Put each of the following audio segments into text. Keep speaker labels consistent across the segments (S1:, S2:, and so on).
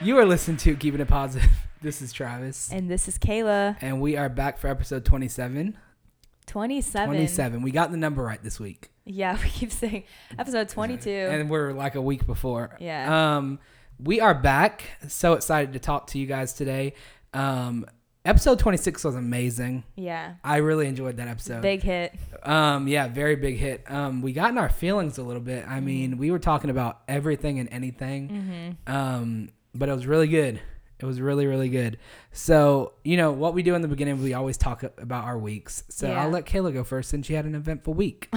S1: You are listening to Keeping It Positive. This is Travis.
S2: And this is Kayla.
S1: And we are back for episode 27.
S2: 27.
S1: 27. We got the number right this week.
S2: Yeah, we keep saying episode 22.
S1: And we're like a week before.
S2: Yeah.
S1: Um, we are back. So excited to talk to you guys today. Um, episode 26 was amazing.
S2: yeah.
S1: I really enjoyed that episode.
S2: Big hit.
S1: Um, yeah, very big hit. Um, we got in our feelings a little bit.
S2: Mm-hmm.
S1: I mean, we were talking about everything and anything. Um, but it was really good. It was really, really good. So, you know, what we do in the beginning, we always talk about our weeks. So
S2: Yeah.
S1: I'll let Kayla go first since she had an eventful week.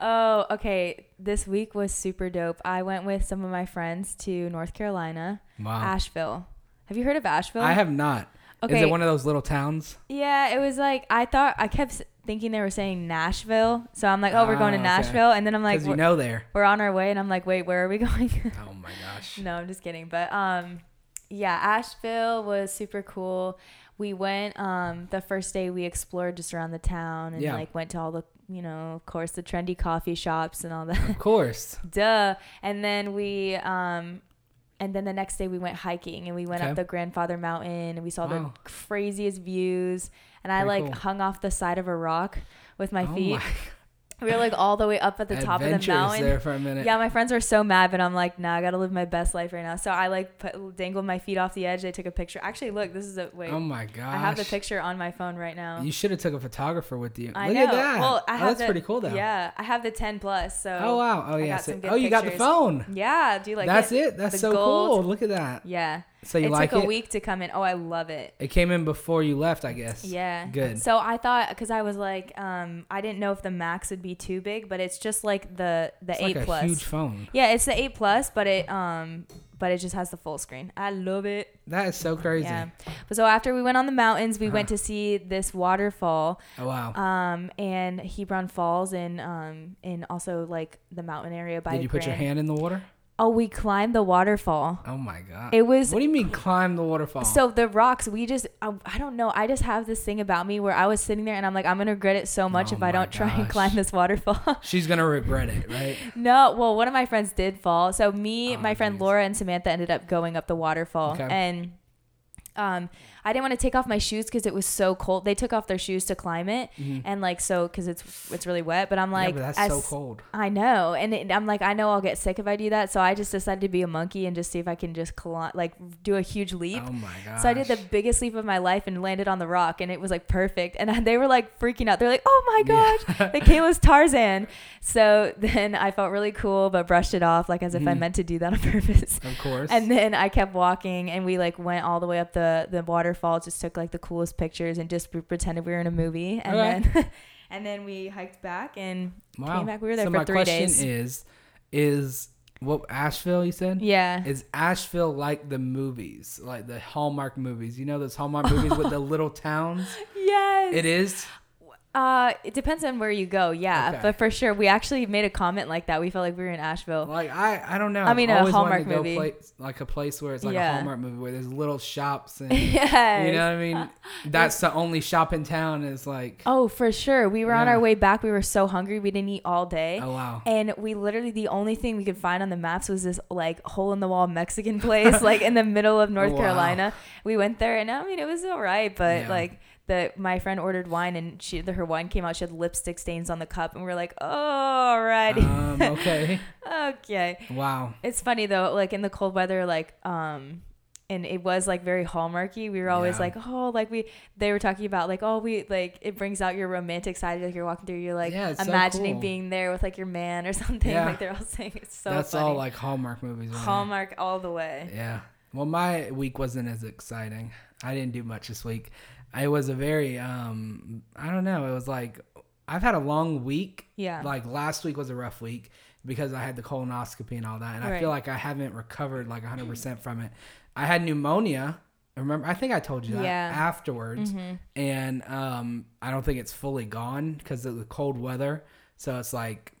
S2: Oh, okay. This week was super dope. I went with some of my friends to North Carolina,
S1: Wow.
S2: Asheville. Have you heard of Asheville?
S1: I have not. Is
S2: Okay.
S1: it one of those little towns?
S2: Yeah, it was like I thought I kept s- thinking they were saying Nashville. So I'm like, "Oh, we're going
S1: Ah,
S2: to
S1: okay.
S2: Nashville." And then I'm like,
S1: Because you
S2: we're,
S1: know there.
S2: we're on our way." And I'm like, "Wait, where are we going?"
S1: Oh my gosh.
S2: No, I'm just kidding. But um, yeah, Asheville was super cool. We went um the first day we explored just around the town and
S1: Yeah.
S2: like went to all the you know of course the trendy coffee shops and all that.
S1: Of course.
S2: Duh. And then we um. And then the next day we went hiking and we went
S1: Okay.
S2: up the Grandfather Mountain and we saw
S1: Wow.
S2: the craziest views. And I
S1: Very
S2: like
S1: cool.
S2: hung off the side of a rock with my
S1: oh
S2: feet.
S1: my.
S2: We were like all the way up at the top of the
S1: Adventures
S2: mountain.
S1: there for a minute.
S2: Yeah, my friends were so mad, but I'm like, nah, I gotta live my best life right now. So I like put, dangled my feet off the edge. They took a picture. Actually, look, this is a wait.
S1: Oh my gosh.
S2: I have the picture on my phone right now.
S1: You should have took a photographer with you.
S2: I
S1: Look
S2: know.
S1: at that.
S2: Well, I
S1: oh,
S2: have
S1: that's
S2: the-
S1: pretty cool though.
S2: Yeah, I have the 10 plus. So.
S1: Oh wow. Oh
S2: I
S1: yeah.
S2: got
S1: So,
S2: some
S1: oh,
S2: good
S1: you got the
S2: pictures.
S1: phone.
S2: Yeah. Do you like?
S1: That's
S2: it?
S1: it. That's
S2: The
S1: so
S2: gold.
S1: cool. Look at that.
S2: Yeah.
S1: So you
S2: it
S1: like
S2: took
S1: it?
S2: a week to come in. Oh, I love it.
S1: It came in before you left, I guess.
S2: Yeah.
S1: Good.
S2: So I thought because I was like, um, I didn't know if the max would be too big, but it's just like the the
S1: it's
S2: eight
S1: like a
S2: plus.
S1: huge phone.
S2: yeah, it's the eight plus, but it um, but it just has the full screen. I love it.
S1: That is so crazy.
S2: Yeah. But so after we went on the mountains, we went
S1: Uh-huh.
S2: to see this waterfall,
S1: Oh wow.
S2: um, and Hebron Falls, and um, and also like the mountain area by.
S1: Did you put your
S2: Grand-
S1: hand in the water?
S2: Oh, we climbed the waterfall.
S1: Oh my god.
S2: It was
S1: What do you mean climb the waterfall?
S2: so the rocks. We just I, I don't know. I just have this thing about me where I was sitting there and I'm like I'm gonna regret it so much
S1: Oh
S2: if I
S1: my
S2: don't try and
S1: gosh.
S2: climb this waterfall.
S1: she's gonna regret it, right?
S2: No, well, one of my friends did fall. So me,
S1: Oh,
S2: my friend
S1: geez.
S2: Laura, and Samantha ended up going up the waterfall,
S1: Okay.
S2: and um, I didn't want to take off my shoes because it was so cold. They took off their shoes to climb it, and like so because it's it's really wet. But I'm like,
S1: Mm-hmm. yeah, but that's
S2: as-
S1: so cold.
S2: I know, and it, I'm like, I know I'll get sick if I do that. So I just decided to be a monkey and just see if I can just climb, like do a huge leap.
S1: Oh my god.
S2: So I did the biggest leap of my life and landed on the rock, and it was like perfect. And they were like freaking out. They're like, "Oh my gosh, the Kayla's Tarzan!" So then I felt really cool, but brushed it off like as
S1: Mm-hmm.
S2: if I meant to do that on purpose.
S1: Of course.
S2: And then I kept walking, and we like went all the way up the the waterfall. Just took like the coolest pictures and just pretended we were in a movie. And
S1: Okay.
S2: then and then we hiked back and came back. We were there
S1: so
S2: for
S1: my
S2: three
S1: question
S2: days.
S1: is, is what Asheville? You said.
S2: yeah.
S1: Is Asheville like the movies, like the Hallmark movies? You know those Hallmark movies with the little towns.
S2: yes.
S1: It is.
S2: Uh, it depends on where you go. Yeah,
S1: Okay.
S2: but for sure, we actually made a comment like that. We felt like we were in Asheville.
S1: Like I, I don't know.
S2: I
S1: I've
S2: mean, a
S1: always wanted
S2: Hallmark
S1: to go
S2: movie.
S1: Place, like a place where it's like a
S2: Yeah.
S1: Hallmark movie where there's little shops and you
S2: Yes.
S1: know what I mean. That's the only shop in town. Is like oh,
S2: Oh, for sure. We were on
S1: Yeah.
S2: our way back. We were so hungry. We didn't eat all day.
S1: oh, wow.
S2: And we literally the only thing we could find on the maps was this like hole in the wall Mexican place like in the middle of North
S1: Wow.
S2: Carolina. We went there and I mean it was all right, but
S1: Yeah.
S2: like the my friend ordered wine and she the, her wine came out. She had lipstick stains on the cup and we were like, oh, all righty,
S1: Um, okay. Uh-huh.
S2: okay.
S1: Wow.
S2: It's funny though, like in the cold weather, like um and it was like very hallmarky. We were always
S1: Yeah.
S2: like, oh, like we they were talking about like, oh, we like it brings out your romantic side. Like you're walking through, you're like
S1: Yeah, it's so
S2: imagining
S1: cool.
S2: being there with like your man or something.
S1: Yeah.
S2: Like they're all saying it's so
S1: That's
S2: funny.
S1: all like Hallmark movies. right?
S2: Hallmark all the way.
S1: Yeah. Well, my week wasn't as exciting. I didn't do much this week. I was a very um I don't know, it was like I've had a long week.
S2: Yeah.
S1: Like last week was a rough week because I had the colonoscopy and all that and I feel like I haven't recovered like 100% from it. I had pneumonia. Remember, I think I told you that
S2: Yeah. Mm-hmm.
S1: afterwards and um I don't think it's fully gone cuz of the cold weather. So it's like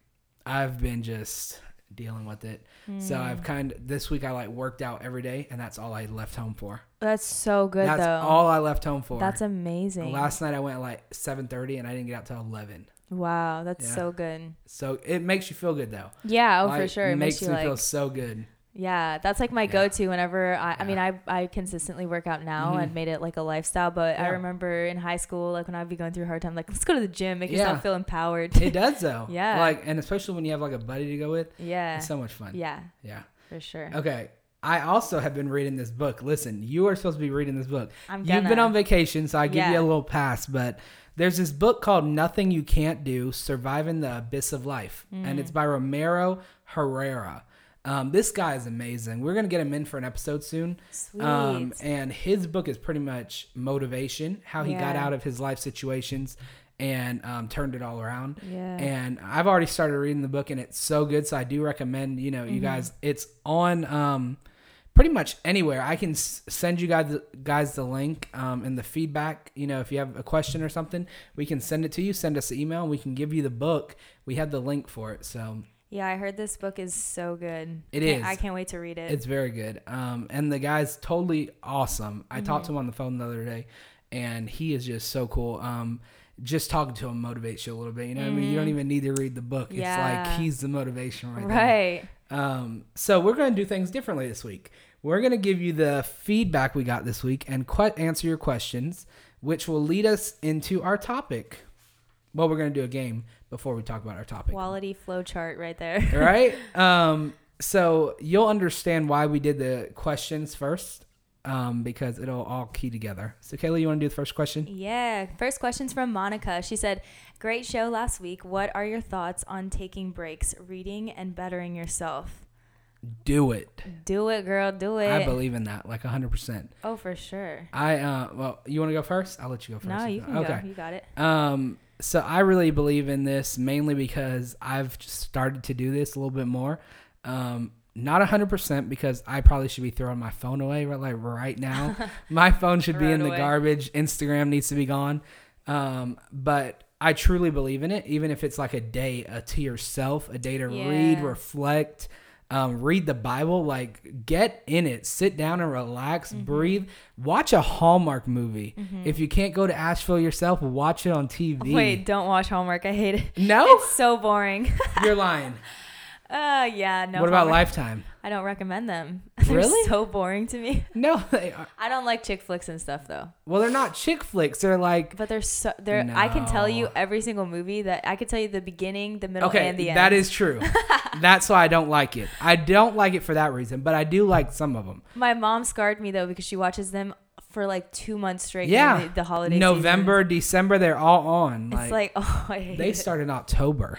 S1: I've been just dealing with it. So
S2: Mm.
S1: I've kind of this week I like worked out every day, and that's all I left home for.
S2: That's so good
S1: that's
S2: though.
S1: all I left home for.
S2: That's amazing.
S1: Last night I went at like seven thirty, and I didn't get out till eleven.
S2: wow, that's
S1: Yeah.
S2: so good.
S1: So it makes you feel good though.
S2: Yeah, oh
S1: Like,
S2: for sure. It
S1: makes
S2: makes you
S1: me
S2: like
S1: feel so good.
S2: Yeah, that's like my
S1: Yeah.
S2: go-to whenever I, I mean
S1: Yeah.
S2: I, I consistently work out now
S1: Mhm.
S2: and made it like a lifestyle, but I
S1: Yeah.
S2: remember in high school like when I'd be going through a hard time like let's go to the gym, make
S1: Yeah.
S2: yourself feel empowered.
S1: It does though.
S2: Yeah.
S1: Like and especially when you have like a buddy to go with,
S2: yeah.
S1: it's so much fun. Uh,
S2: yeah,
S1: Yeah.
S2: for sure.
S1: Okay. I also have been reading this book. Listen, you are supposed to be reading this book.
S2: I'm
S1: You've been
S2: gonna.
S1: on vacation, so I give you
S2: Yeah.
S1: a little pass, but there's this book called Nothing You Can't Do Surviving the Abyss of Life, and
S2: Mm.
S1: it's by Romero Herrera. Um, this guy is amazing. We're going to get him in for an episode soon. Um,
S2: Sweet.
S1: and his book is pretty much motivation, how he got
S2: Yeah.
S1: out of his life situations and um, turned it all around.
S2: Yeah.
S1: And I've already started reading the book and it's so good. So I do recommend, you know, you
S2: Mm-hmm.
S1: guys, it's on um, pretty much anywhere. I can s- send you guys, guys the link um, and the feedback. You know, if you have a question or something, we can send it to you. Send us an email and we can give you the book. We have the link for it. So
S2: yeah, I heard this book is so good.
S1: It
S2: It is.
S1: is.
S2: I can't wait to read it.
S1: It's very good. Um, and the guy's totally awesome. I talked to him on the phone the other day, and he is just so cool. Um, just talking to him motivates you a little bit. You know, what I mean, you don't even need to read the book. It's
S2: Yeah.
S1: like he's the motivation right. there.
S2: right.
S1: Um, so we're gonna do things differently this week. We're gonna give you the feedback we got this week and que- answer your questions, which will lead us into our topic. Well, we're gonna do a game before we talk about our topic.
S2: Quality flow chart right there.
S1: All right. Um, so you'll understand why we did the questions first, um, because it'll all key together. So, Kayla, you want to do the first question?
S2: yeah. First question's from Monica. She said, "Great show last week. What are your thoughts on taking breaks, reading and bettering yourself?"
S1: Do it.
S2: Do it, girl. Do it.
S1: I believe in that, like hundred percent.
S2: Oh, for sure.
S1: I uh, well, you want to go first? I'll let you go first.
S2: No,
S1: if
S2: you
S1: not.
S2: can go. You got it.
S1: Um, so I really believe in this mainly because I've just started to do this a little bit more. Um, not hundred percent because I probably should be throwing my phone away right like right now. my phone should be
S2: Right
S1: in the
S2: away.
S1: garbage. Instagram needs to be gone. Um, but I truly believe in it, even if it's like a day uh, to yourself, a day to read,
S2: Yeah.
S1: reflect, um, read the Bible. Like, get in it, sit down and relax,
S2: Mm-hmm.
S1: breathe. Watch a Hallmark movie. If you can't go to Asheville yourself, watch it on TV.
S2: Wait, don't watch homework. I hate it.
S1: no,
S2: It's so boring.
S1: you're lying.
S2: uh, yeah, no.
S1: what about
S2: homework.
S1: Lifetime?
S2: I don't recommend them.
S1: Really?
S2: They're so boring to me.
S1: No, they are.
S2: I don't like chick flicks and stuff though.
S1: Well, they're not chick flicks. They're like
S2: But they're so they're. I can tell you
S1: No.
S2: every single movie that I could tell you the beginning, the middle,
S1: okay,
S2: and the end.
S1: that is true. That's why I don't like it. I don't like it for that reason, but I do like some of them.
S2: My mom scarred me though because she watches them for like two months straight.
S1: Yeah,
S2: during The, the holiday.
S1: November, December, they're all on.
S2: season.
S1: Like,
S2: It's like oh, I hate
S1: they
S2: it.
S1: start in October.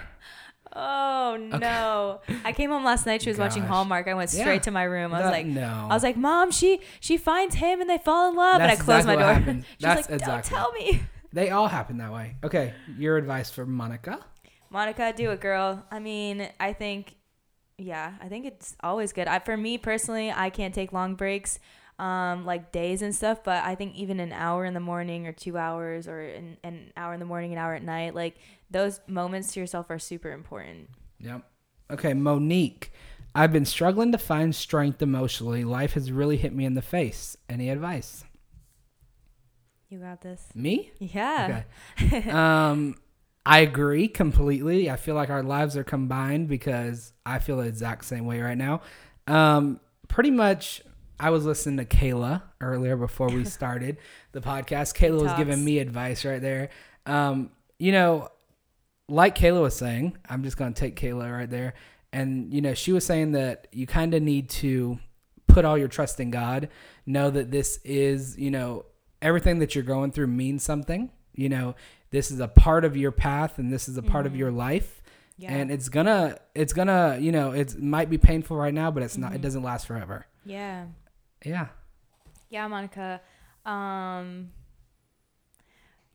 S2: Oh no! I came home last night. She was watching
S1: Gosh.
S2: Hallmark. I went
S1: Yeah.
S2: straight to my room. I was
S1: That-
S2: like,
S1: no.
S2: I was like, Mom, she she finds him and they fall in love. and
S1: That's
S2: I closed
S1: exactly
S2: my
S1: what
S2: door.
S1: happened.
S2: She's
S1: That's
S2: like, Don't
S1: exactly-
S2: tell me,
S1: They all happen that way. Okay, your advice for Monica?
S2: Monica, do it, girl. I mean, I think, yeah, I think it's always good. I, for me personally, I can't take long breaks, um, like days and stuff. But I think even an hour in the morning or two hours or an, an hour in the morning, an hour at night, like those moments to yourself are super important.
S1: Yep. Okay, Monique. I've been struggling to find strength emotionally. Life has really hit me in the face. Any advice?
S2: You got this.
S1: Me?
S2: Yeah.
S1: Okay. um, I agree completely. I feel like our lives are combined because I feel the exact same way right now. Um, pretty much, I was listening to Kayla earlier before we started the podcast. Kayla was
S2: talks.
S1: giving me advice right there. Um, you know, like Kayla was saying, I'm just going to take Kayla right there. And, you know, she was saying that you kind of need to put all your trust in God. Know that this is, you know, everything that you're going through means something. You know, this is a part of your path and this is a part of your life.
S2: Mm-hmm. Yeah.
S1: And it's gonna, it's gonna, you know, it might be painful right now, but it's not, it
S2: Mm-hmm.
S1: doesn't last forever.
S2: Yeah.
S1: Yeah.
S2: Yeah, Monica. Um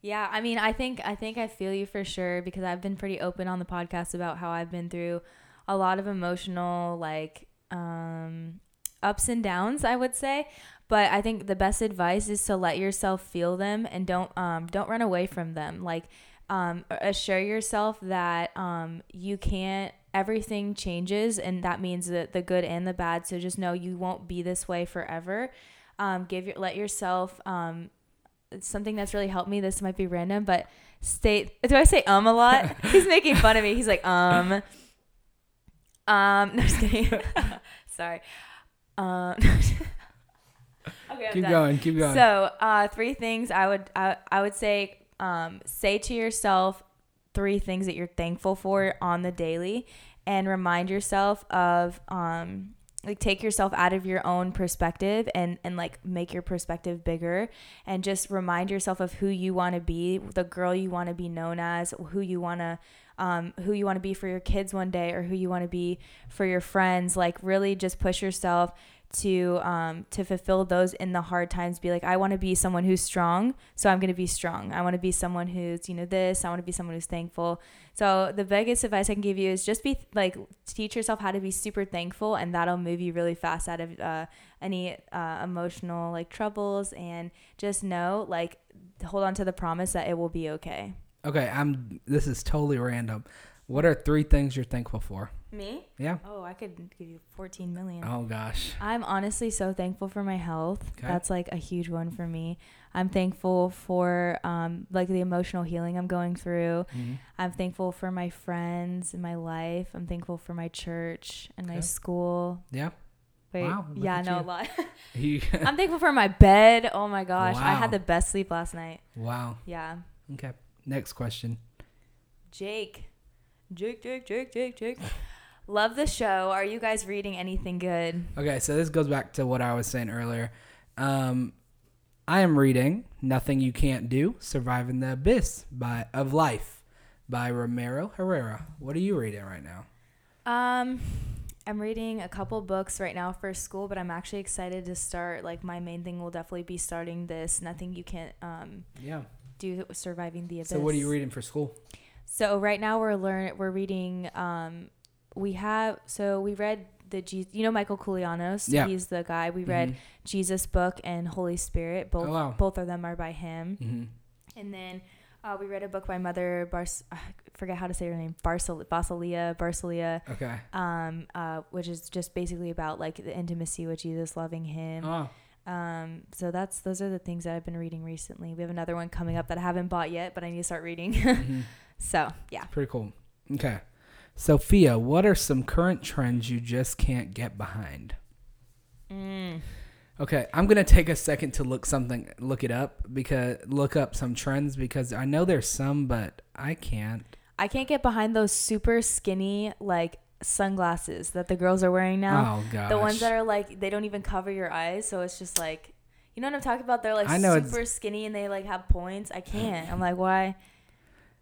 S2: Yeah, I mean, I think I think I feel you for sure because I've been pretty open on the podcast about how I've been through a lot of emotional like um ups and downs, I would say. But I think the best advice is to let yourself feel them and don't um don't run away from them. Like um assure yourself that um you can't everything changes and that means that the good and the bad so just know you won't be this way forever um, give your let yourself um, it's something that's really helped me. This might be random, but stay. Do I say um a lot? He's making fun of me. He's like um, um. No, just kidding. Sorry. Um, okay, I'm
S1: Keep
S2: done.
S1: going. Keep going.
S2: So, uh, three things I would I, I would say um, say to yourself three things that you're thankful for on the daily, and remind yourself of um, like take yourself out of your own perspective and and like make your perspective bigger, and just remind yourself of who you want to be, the girl you want to be known as, who you want to. Um, who you want to be for your kids one day or who you want to be for your friends like really just push yourself to um to fulfill those in the hard times be like i want to be someone who's strong so i'm going to be strong i want to be someone who's you know this i want to be someone who's thankful so the biggest advice i can give you is just be like teach yourself how to be super thankful and that'll move you really fast out of uh, any uh, emotional like troubles and just know like hold on to the promise that it will be okay
S1: okay, I'm. This is totally random. What are three things you're thankful for?
S2: me
S1: Yeah.
S2: oh i could give you 14 million
S1: Oh gosh.
S2: I'm honestly so thankful for my health.
S1: Okay.
S2: That's like a huge one for me. I'm thankful for um, like the emotional healing I'm going through.
S1: Mhm.
S2: I'm thankful for my friends and my life. I'm thankful for my church and my
S1: Okay.
S2: school.
S1: Yeah.
S2: Wait,
S1: Wow, look
S2: yeah,
S1: at
S2: no,
S1: you.
S2: a lot.
S1: You-
S2: I'm thankful for my bed. Oh my gosh, I
S1: Wow.
S2: had the best sleep last night.
S1: wow.
S2: Yeah,
S1: Okay. Next question.
S2: Jake, Jake, Jake, Jake, Jake, Jake. Love the show. Are you guys reading anything good?
S1: Okay, so this goes back to what I was saying earlier. Um, I am reading "Nothing You Can't Do: Surviving the Abyss" by of Life by Romero Herrera. What are you reading right now?
S2: Um, I'm reading a couple books right now for school, but I'm actually excited to start. Like my main thing will definitely be starting this. Nothing you can't um
S1: Yeah.
S2: do surviving the abyss.
S1: So what are you reading for school?
S2: So right now we're learn we're reading. Um, we have so we read the Je- you know Michael Koulianos.
S1: Yeah. Mm-hmm.
S2: He's the guy we read Jesus book and Holy Spirit. Both
S1: Oh, wow.
S2: both of them are by him.
S1: Mm-hmm.
S2: And then. Uh, we read a book by Mother Bar. I forget how to say her name. Barsal- Basilia. Barcelia
S1: Okay.
S2: um, uh, which is just basically about like the intimacy with Jesus, loving Him.
S1: Oh,
S2: Um, so that's those are the things that I've been reading recently. We have another one coming up that I haven't bought yet, but I need to start reading.
S1: mhm.
S2: so yeah,
S1: pretty cool. Okay. Sophia, what are some current trends you just can't get behind? Mm. Okay, I'm gonna take a second to look something, look it up because look up some trends because I know there's some, but I can't.
S2: I can't get behind those super skinny like sunglasses that the girls are wearing now.
S1: oh gosh,
S2: the ones that are like they don't even cover your eyes, so it's just like. You know what I'm talking about? They're like
S1: I know it's-
S2: super skinny and they like have points. I can't. I'm like, why?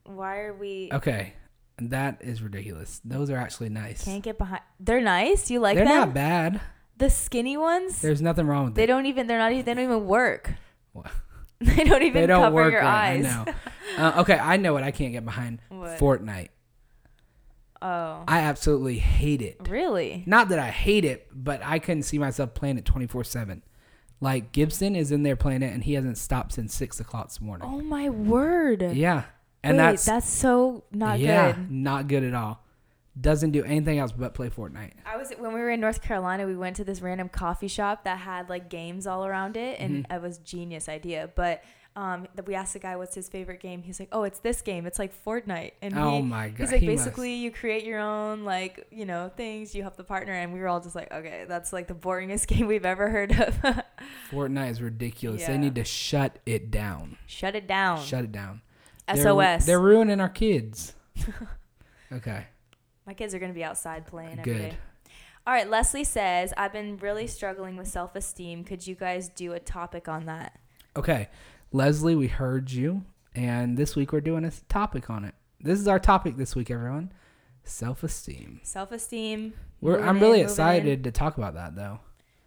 S2: Why are we?
S1: okay, that is ridiculous. Those are actually nice.
S2: Can't get behind. They're nice. You like
S1: They're
S2: them?
S1: not bad.
S2: The skinny ones,
S1: There's nothing wrong with
S2: they
S1: them.
S2: don't even. They're not. even They don't even work.
S1: Wha-
S2: They don't even
S1: they don't
S2: cover
S1: work
S2: your
S1: right.
S2: eyes.
S1: I know. Uh, okay, I know what I can't get behind.
S2: What?
S1: Fortnite.
S2: Oh,
S1: I absolutely hate it.
S2: really?
S1: Not that I hate it, but I couldn't see myself playing it 24 seven. Like Gibson is in there playing it, and he hasn't stopped since six o'clock this morning.
S2: Oh my word!
S1: Yeah, and
S2: Wait,
S1: that's
S2: so not
S1: yeah,
S2: good.
S1: not good at all. Doesn't do anything else but play Fortnite.
S2: I was when we were in North Carolina. We went to this random coffee shop that had like games all around it, and
S1: Mm-hmm.
S2: it was genius idea. But um, th- we asked the guy what's his favorite game. He's like, "Oh, it's this game. It's like Fortnite." And
S1: Oh
S2: he,
S1: my God,
S2: He's like,
S1: he must-
S2: basically, you create your own like you know things. You help the partner, and we were all just like, "Okay, that's like the boringest game we've ever heard of."
S1: Fortnite is ridiculous. They
S2: Yeah.
S1: need to shut it down.
S2: Shut it down.
S1: Shut it down. They're-
S2: SOS.
S1: They're, ruining our kids. okay,
S2: My kids are going to be outside playing every day.
S1: good.
S2: All right, Leslie says, I've been really struggling with self esteem. Could you guys do a topic on that?
S1: Okay, Leslie, we heard you, and this week we're doing a topic on it. This is our topic this week, everyone. Self-esteem.
S2: Self esteem.
S1: We're, I'm really excited to talk about that, though.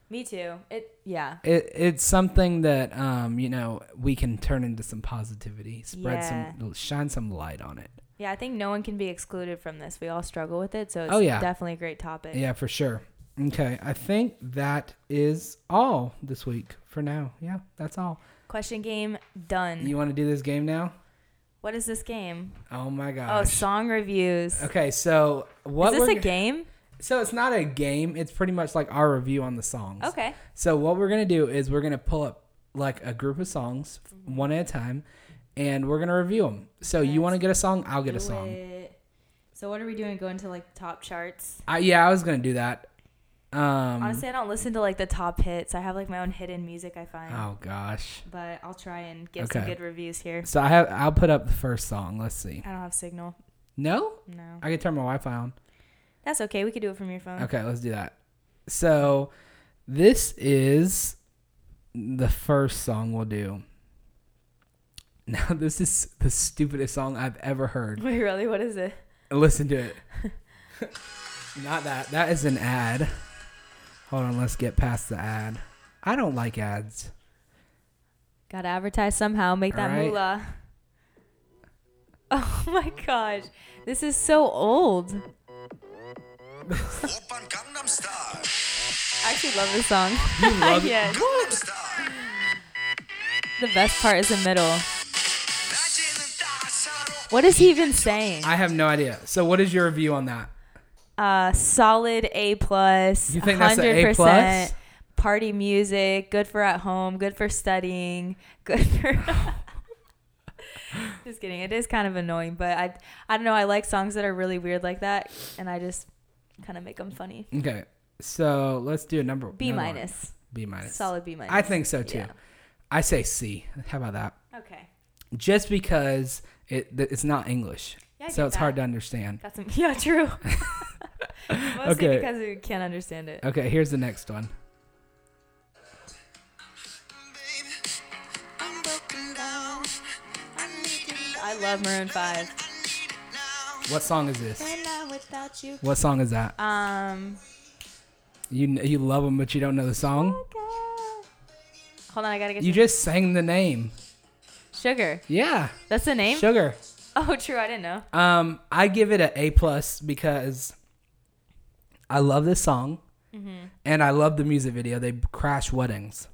S2: Me too. It yeah.
S1: It, it's something that um, you know we can turn into some positivity, spread some, shine some light on it.
S2: Yeah, I think no one can be excluded from this. We all struggle with it, so it's
S1: Oh, yeah.
S2: definitely a great topic.
S1: Yeah, for sure. Okay, I think that is all this week for now. Yeah, that's all.
S2: Question game done.
S1: You want to do this game now?
S2: what is this game?
S1: Oh my
S2: Oh,
S1: gosh.
S2: song reviews.
S1: okay, so what
S2: Is this
S1: we're
S2: a
S1: g-
S2: game?
S1: so it's not a game. It's pretty much like our review on the songs.
S2: Okay.
S1: So what we're gonna do is we're gonna pull up like a group of songs f-
S2: Mm-hmm.
S1: one at a time, and we're gonna review them. So you want to get a song? I'll get a song.
S2: So what are we doing? Going to like top charts?
S1: I, yeah, I was gonna do that. Um,
S2: Honestly, I don't listen to like the top hits. I have like my own hidden music I find.
S1: oh gosh.
S2: But I'll try and get some
S1: Okay.
S2: good reviews here.
S1: So I have I'll put up the first song. Let's see.
S2: I don't have signal.
S1: No,
S2: No.
S1: I can turn my Wi-Fi on.
S2: That's okay. We could do it from your phone.
S1: Okay, let's do that. So this is the first song we'll do. Now this is the stupidest song I've ever heard.
S2: Wait, really? What is it?
S1: Listen to it. Not that. That is an ad. Hold on, let's get past the ad. I don't like ads.
S2: Gotta advertise somehow. Make that
S1: Alright.
S2: moolah. Oh my gosh. This is so old.
S3: 오빤 강남스타일
S2: I actually love this song.
S1: You love it?
S2: yeah.
S3: 강남스타일
S2: The best part is the middle.
S3: 낮에는 따사로운
S2: What is he even saying?
S1: I have no idea. So what is your review on that?
S2: Uh, solid A plus.
S1: You think that's an A plus?
S2: Party music. Good for at home. Good for studying. Good for. just kidding. It is kind of annoying, but I I don't know. I like songs that are really weird like that, and I just kind of make them funny.
S1: Okay. So let's do a number
S2: B
S1: another one.
S2: minus.
S1: B minus.
S2: Solid B minus.
S1: I think so too.
S2: Yeah.
S1: I say C. How about that?
S2: Okay.
S1: Just because it th- it's not English,
S2: Yeah, I
S1: so
S2: get
S1: it's hard to
S2: that.
S1: understand.
S2: Got some. Yeah, true. Mostly
S1: Okay.
S2: because we can't understand it.
S1: Okay, here's the next one.
S3: baby I'm broken down I need your love
S2: I love Maroon Five.
S3: I need it now
S1: What song is this?
S2: When I'm without you.
S1: What song is that?
S2: Um.
S1: You kn- you love them, but you don't know the song.
S2: Hold on, I gotta get
S1: You
S2: you
S1: just sang the name.
S2: sugar.
S1: Yeah,
S2: That's the name.
S1: sugar.
S2: oh, true. I didn't know.
S1: Um, I give it a A plus because I love this song,
S2: Mm-hmm.
S1: and I love the music video. They crash weddings.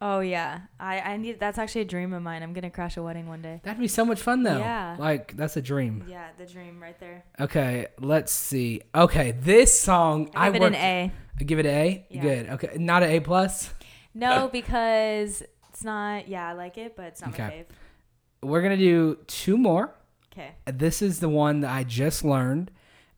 S2: Oh yeah, I I need. That's actually a dream of mine. I'm gonna crash a wedding one day.
S1: That'd be so much fun though.
S2: Yeah.
S1: Like that's a dream.
S2: Yeah, the dream right there.
S1: Okay, let's see. Okay, this song
S2: I give it
S1: worked,
S2: an A.
S1: I Give it an A.
S2: Yeah.
S1: Good. Okay, not an A plus.
S2: No, because it's not. Yeah, I like it, but it's not
S1: Okay.
S2: my fave.
S1: We're gonna do two more.
S2: Okay.
S1: This is the one that I just learned,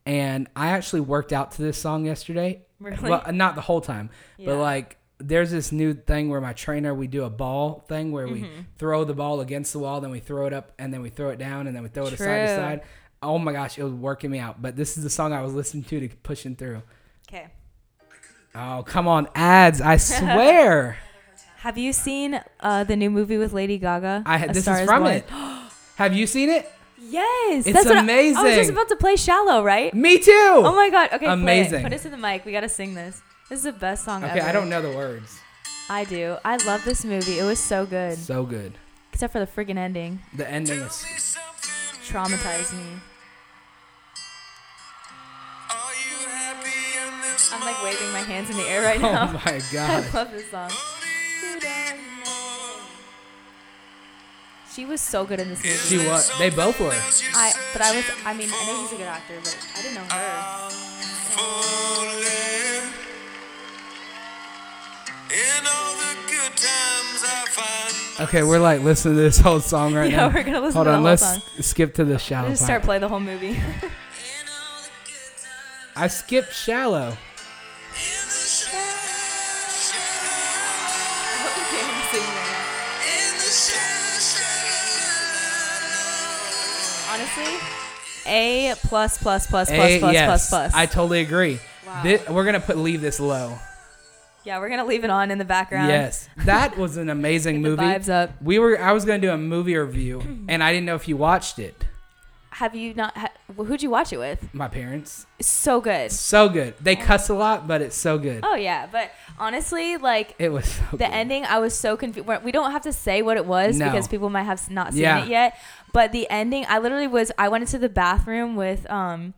S1: and I actually worked out to this song yesterday.
S2: Really?
S1: Well, not the whole time,
S2: Yeah.
S1: but like there's this new thing where my trainer we do a ball thing where we
S2: Mm-hmm.
S1: throw the ball against the wall, then we throw it up, and then we throw it down, and then we throw it aside to
S2: True.
S1: side. Oh my gosh, it was working me out. But this is the song I was listening to to pushing through.
S2: Okay.
S1: Oh, come on, ads! I swear,
S2: Have you seen uh, the new movie with Lady Gaga?
S1: I
S2: A
S1: had this
S2: Star
S1: is from
S2: Born?
S1: it. Have you seen it?
S2: Yes,
S1: It's
S2: that's what I- I, was just
S1: amazing.
S2: about to play "Shallow," right?
S1: Me too.
S2: Oh my god. Okay. Play
S1: Amazing.
S2: it. Put us in the mic. We gotta sing this. This is the best song
S1: Okay,
S2: ever.
S1: I don't know the words.
S2: I do. I love this movie. It was so good.
S1: So good.
S2: Except for the freaking ending.
S1: The ending is
S3: Need something
S2: Traumatized me.
S3: Are you happy in this
S2: I'm like waving my hands in the air right
S1: Oh
S2: now.
S1: my
S2: I
S1: god.
S2: love this song. She was so good in this movie.
S1: She was they both were.
S2: I, but I was, I mean, I know he's a good actor, but I didn't know her.
S3: falling? In all the good times I find
S1: Okay, we're like listening to this whole song right
S2: Yeah,
S1: now.
S2: we're gonna listen
S1: Hold
S2: to the
S1: on,
S2: whole
S1: let's
S2: song.
S1: skip to the shallow
S2: Just
S1: part.
S2: start playing the whole movie.
S3: in all the good times
S1: I skipped shallow.
S3: in the shadow. In the shadow.
S2: Honestly, A plus plus plus
S1: A-
S2: plus plus
S1: Eh, yes,
S2: plus plus.
S1: I totally agree.
S2: Wow.
S1: Thi- we're gonna put leave this low.
S2: yeah, we're gonna leave it on in the background.
S1: Yes, that was an amazing
S2: Get the
S1: movie.
S2: vibes up.
S1: We were. I was gonna do a movie review, and I didn't know if you watched it.
S2: Have you not? Ha- who'd you watch it with?
S1: My parents.
S2: It's so good.
S1: So good. They cuss a lot, but it's so good.
S2: Oh yeah, but honestly, like
S1: It was so
S2: the ending i was so confused we don't have to say what it was
S1: No.
S2: because people might have s- not seen
S1: Yeah.
S2: it yet but the ending i literally was i went into the bathroom with um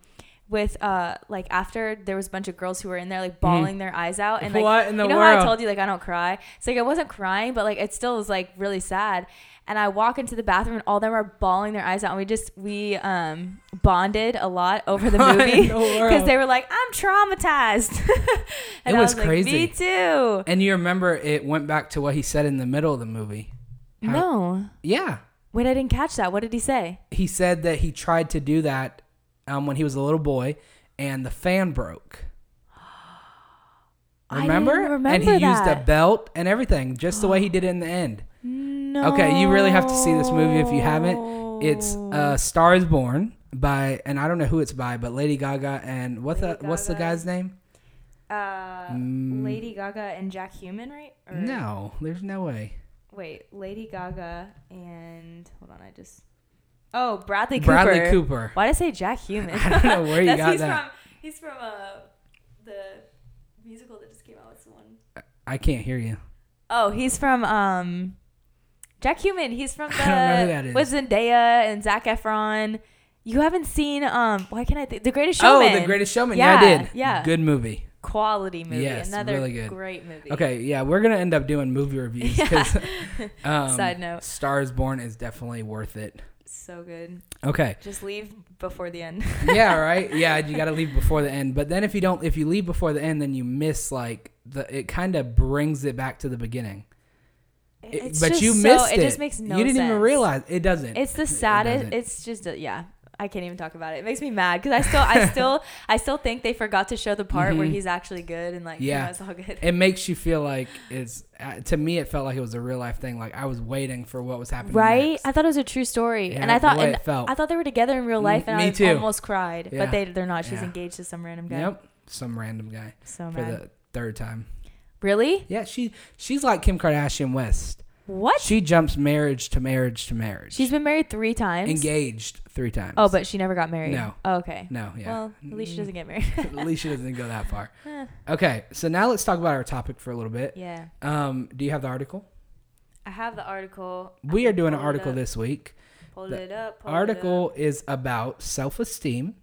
S2: with uh like after there was a bunch of girls who were in there like bawling their eyes out and like
S1: Mm-hmm. What in the
S2: you know how i
S1: world?
S2: told you like i don't cry it's like i wasn't crying but like it still was like really sad and i walk into the bathroom and all of them are bawling their eyes out and we just we um bonded a lot over the
S1: What in
S2: movie
S1: the
S2: because
S1: world?
S2: they were like i'm traumatized and
S1: It
S2: I
S1: was
S2: like,
S1: crazy.
S2: me too
S1: And you remember it went back to what he said in the middle of the movie. How-
S2: no
S1: Yeah.
S2: Wait, I didn't catch that. What did he say?
S1: He said that he tried to do that um, when he was a little boy and the fan broke.
S2: I didn't
S1: Remember? and he
S2: remember
S1: used a
S2: that.
S1: belt and everything, just the way he did it in the end.
S2: No.
S1: Okay, you really have to see this movie if you haven't. It's uh, Star is Born by, and I don't know who it's by, but Lady Gaga and what's the,
S2: Lady
S1: what's the
S2: Gaga.
S1: guy's name?
S2: Uh,
S1: Mm.
S2: Lady Gaga and Jack Human, right? Or-
S1: No, there's no way.
S2: Wait, Lady Gaga and hold on, I just. Oh, Bradley Cooper.
S1: Bradley Cooper.
S2: Why did I say Jack Human?
S1: I don't know where you
S2: That's-
S1: got
S2: he's
S1: that.
S2: From, he's from uh, the musical that just came out. What's the one?
S1: I can't hear you.
S2: Oh, he's from um, Jack Human. He's from the
S1: I don't know who that is.
S2: with Zendaya and Zac Efron. You haven't seen um, why can not I think The Greatest Showman?
S1: Oh, The Greatest Showman. Yeah, I
S2: Yeah,
S1: did.
S2: yeah.
S1: Good movie.
S2: quality movie.
S1: Yes,
S2: Another
S1: really good.
S2: great movie.
S1: Okay, yeah, we're going to end up doing movie reviews because um,
S2: Side note.
S1: Star is Born is definitely worth it.
S2: so good.
S1: Okay.
S2: Just leave before the end.
S1: yeah, right. Yeah, you got to leave before the end. But then if you don't, if you leave before the end, then you miss like the. It kind of brings it back to the beginning. It-
S2: It's
S1: but
S2: just
S1: you
S2: so-
S1: missed it.
S2: it just makes no
S1: You didn't even
S2: sense.
S1: realize it doesn't.
S2: It's the
S1: It
S2: saddest.
S1: doesn't.
S2: it's just a, yeah. I can't even talk about it. It makes me mad because I still, I still, I still think they forgot to show the part where
S1: Mhm.
S2: he's actually good and like yeah,
S1: Yeah.
S2: it's all good.
S1: it makes you feel like it's. Uh, to me, it felt like it was a real life thing. Like I was waiting for what was happening.
S2: right?
S1: next.
S2: I thought it was a true story,
S1: Yeah,
S2: and I thought,
S1: the way
S2: and
S1: it felt. Mm,
S2: I thought they were together in real life, and
S1: me
S2: I
S1: too.
S2: almost cried.
S1: Yeah.
S2: But they, they're not. She's
S1: Yeah.
S2: engaged to some random guy.
S1: Yep. Some random guy
S2: So
S1: for
S2: mad.
S1: the third time.
S2: really?
S1: Yeah, she she's like Kim Kardashian West.
S2: What?
S1: She jumps marriage to marriage to marriage.
S2: She's been married three times.
S1: engaged three times.
S2: Oh, but she never got married.
S1: No.
S2: Oh, okay.
S1: no, yeah.
S2: Well, at least she doesn't get married.
S1: At least she doesn't go that far. Okay, so now let's talk about our topic for a little bit.
S2: yeah.
S1: Um, do you have the article?
S2: I have the article.
S1: We are doing an article
S2: This
S1: this week.
S2: pull
S1: the
S2: it up. pull it
S1: Article is about self-esteem.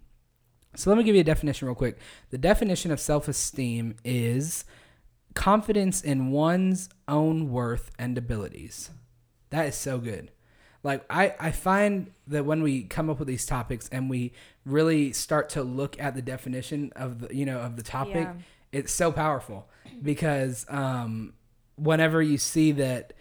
S1: So let me give you a definition real quick. The definition of self-esteem is confidence in one's own worth and abilities. That is so good. Like I, I find that when we come up with these topics and we really start to look at the definition of the you know of the topic,
S2: Yeah.
S1: it's so powerful because um, whenever you see that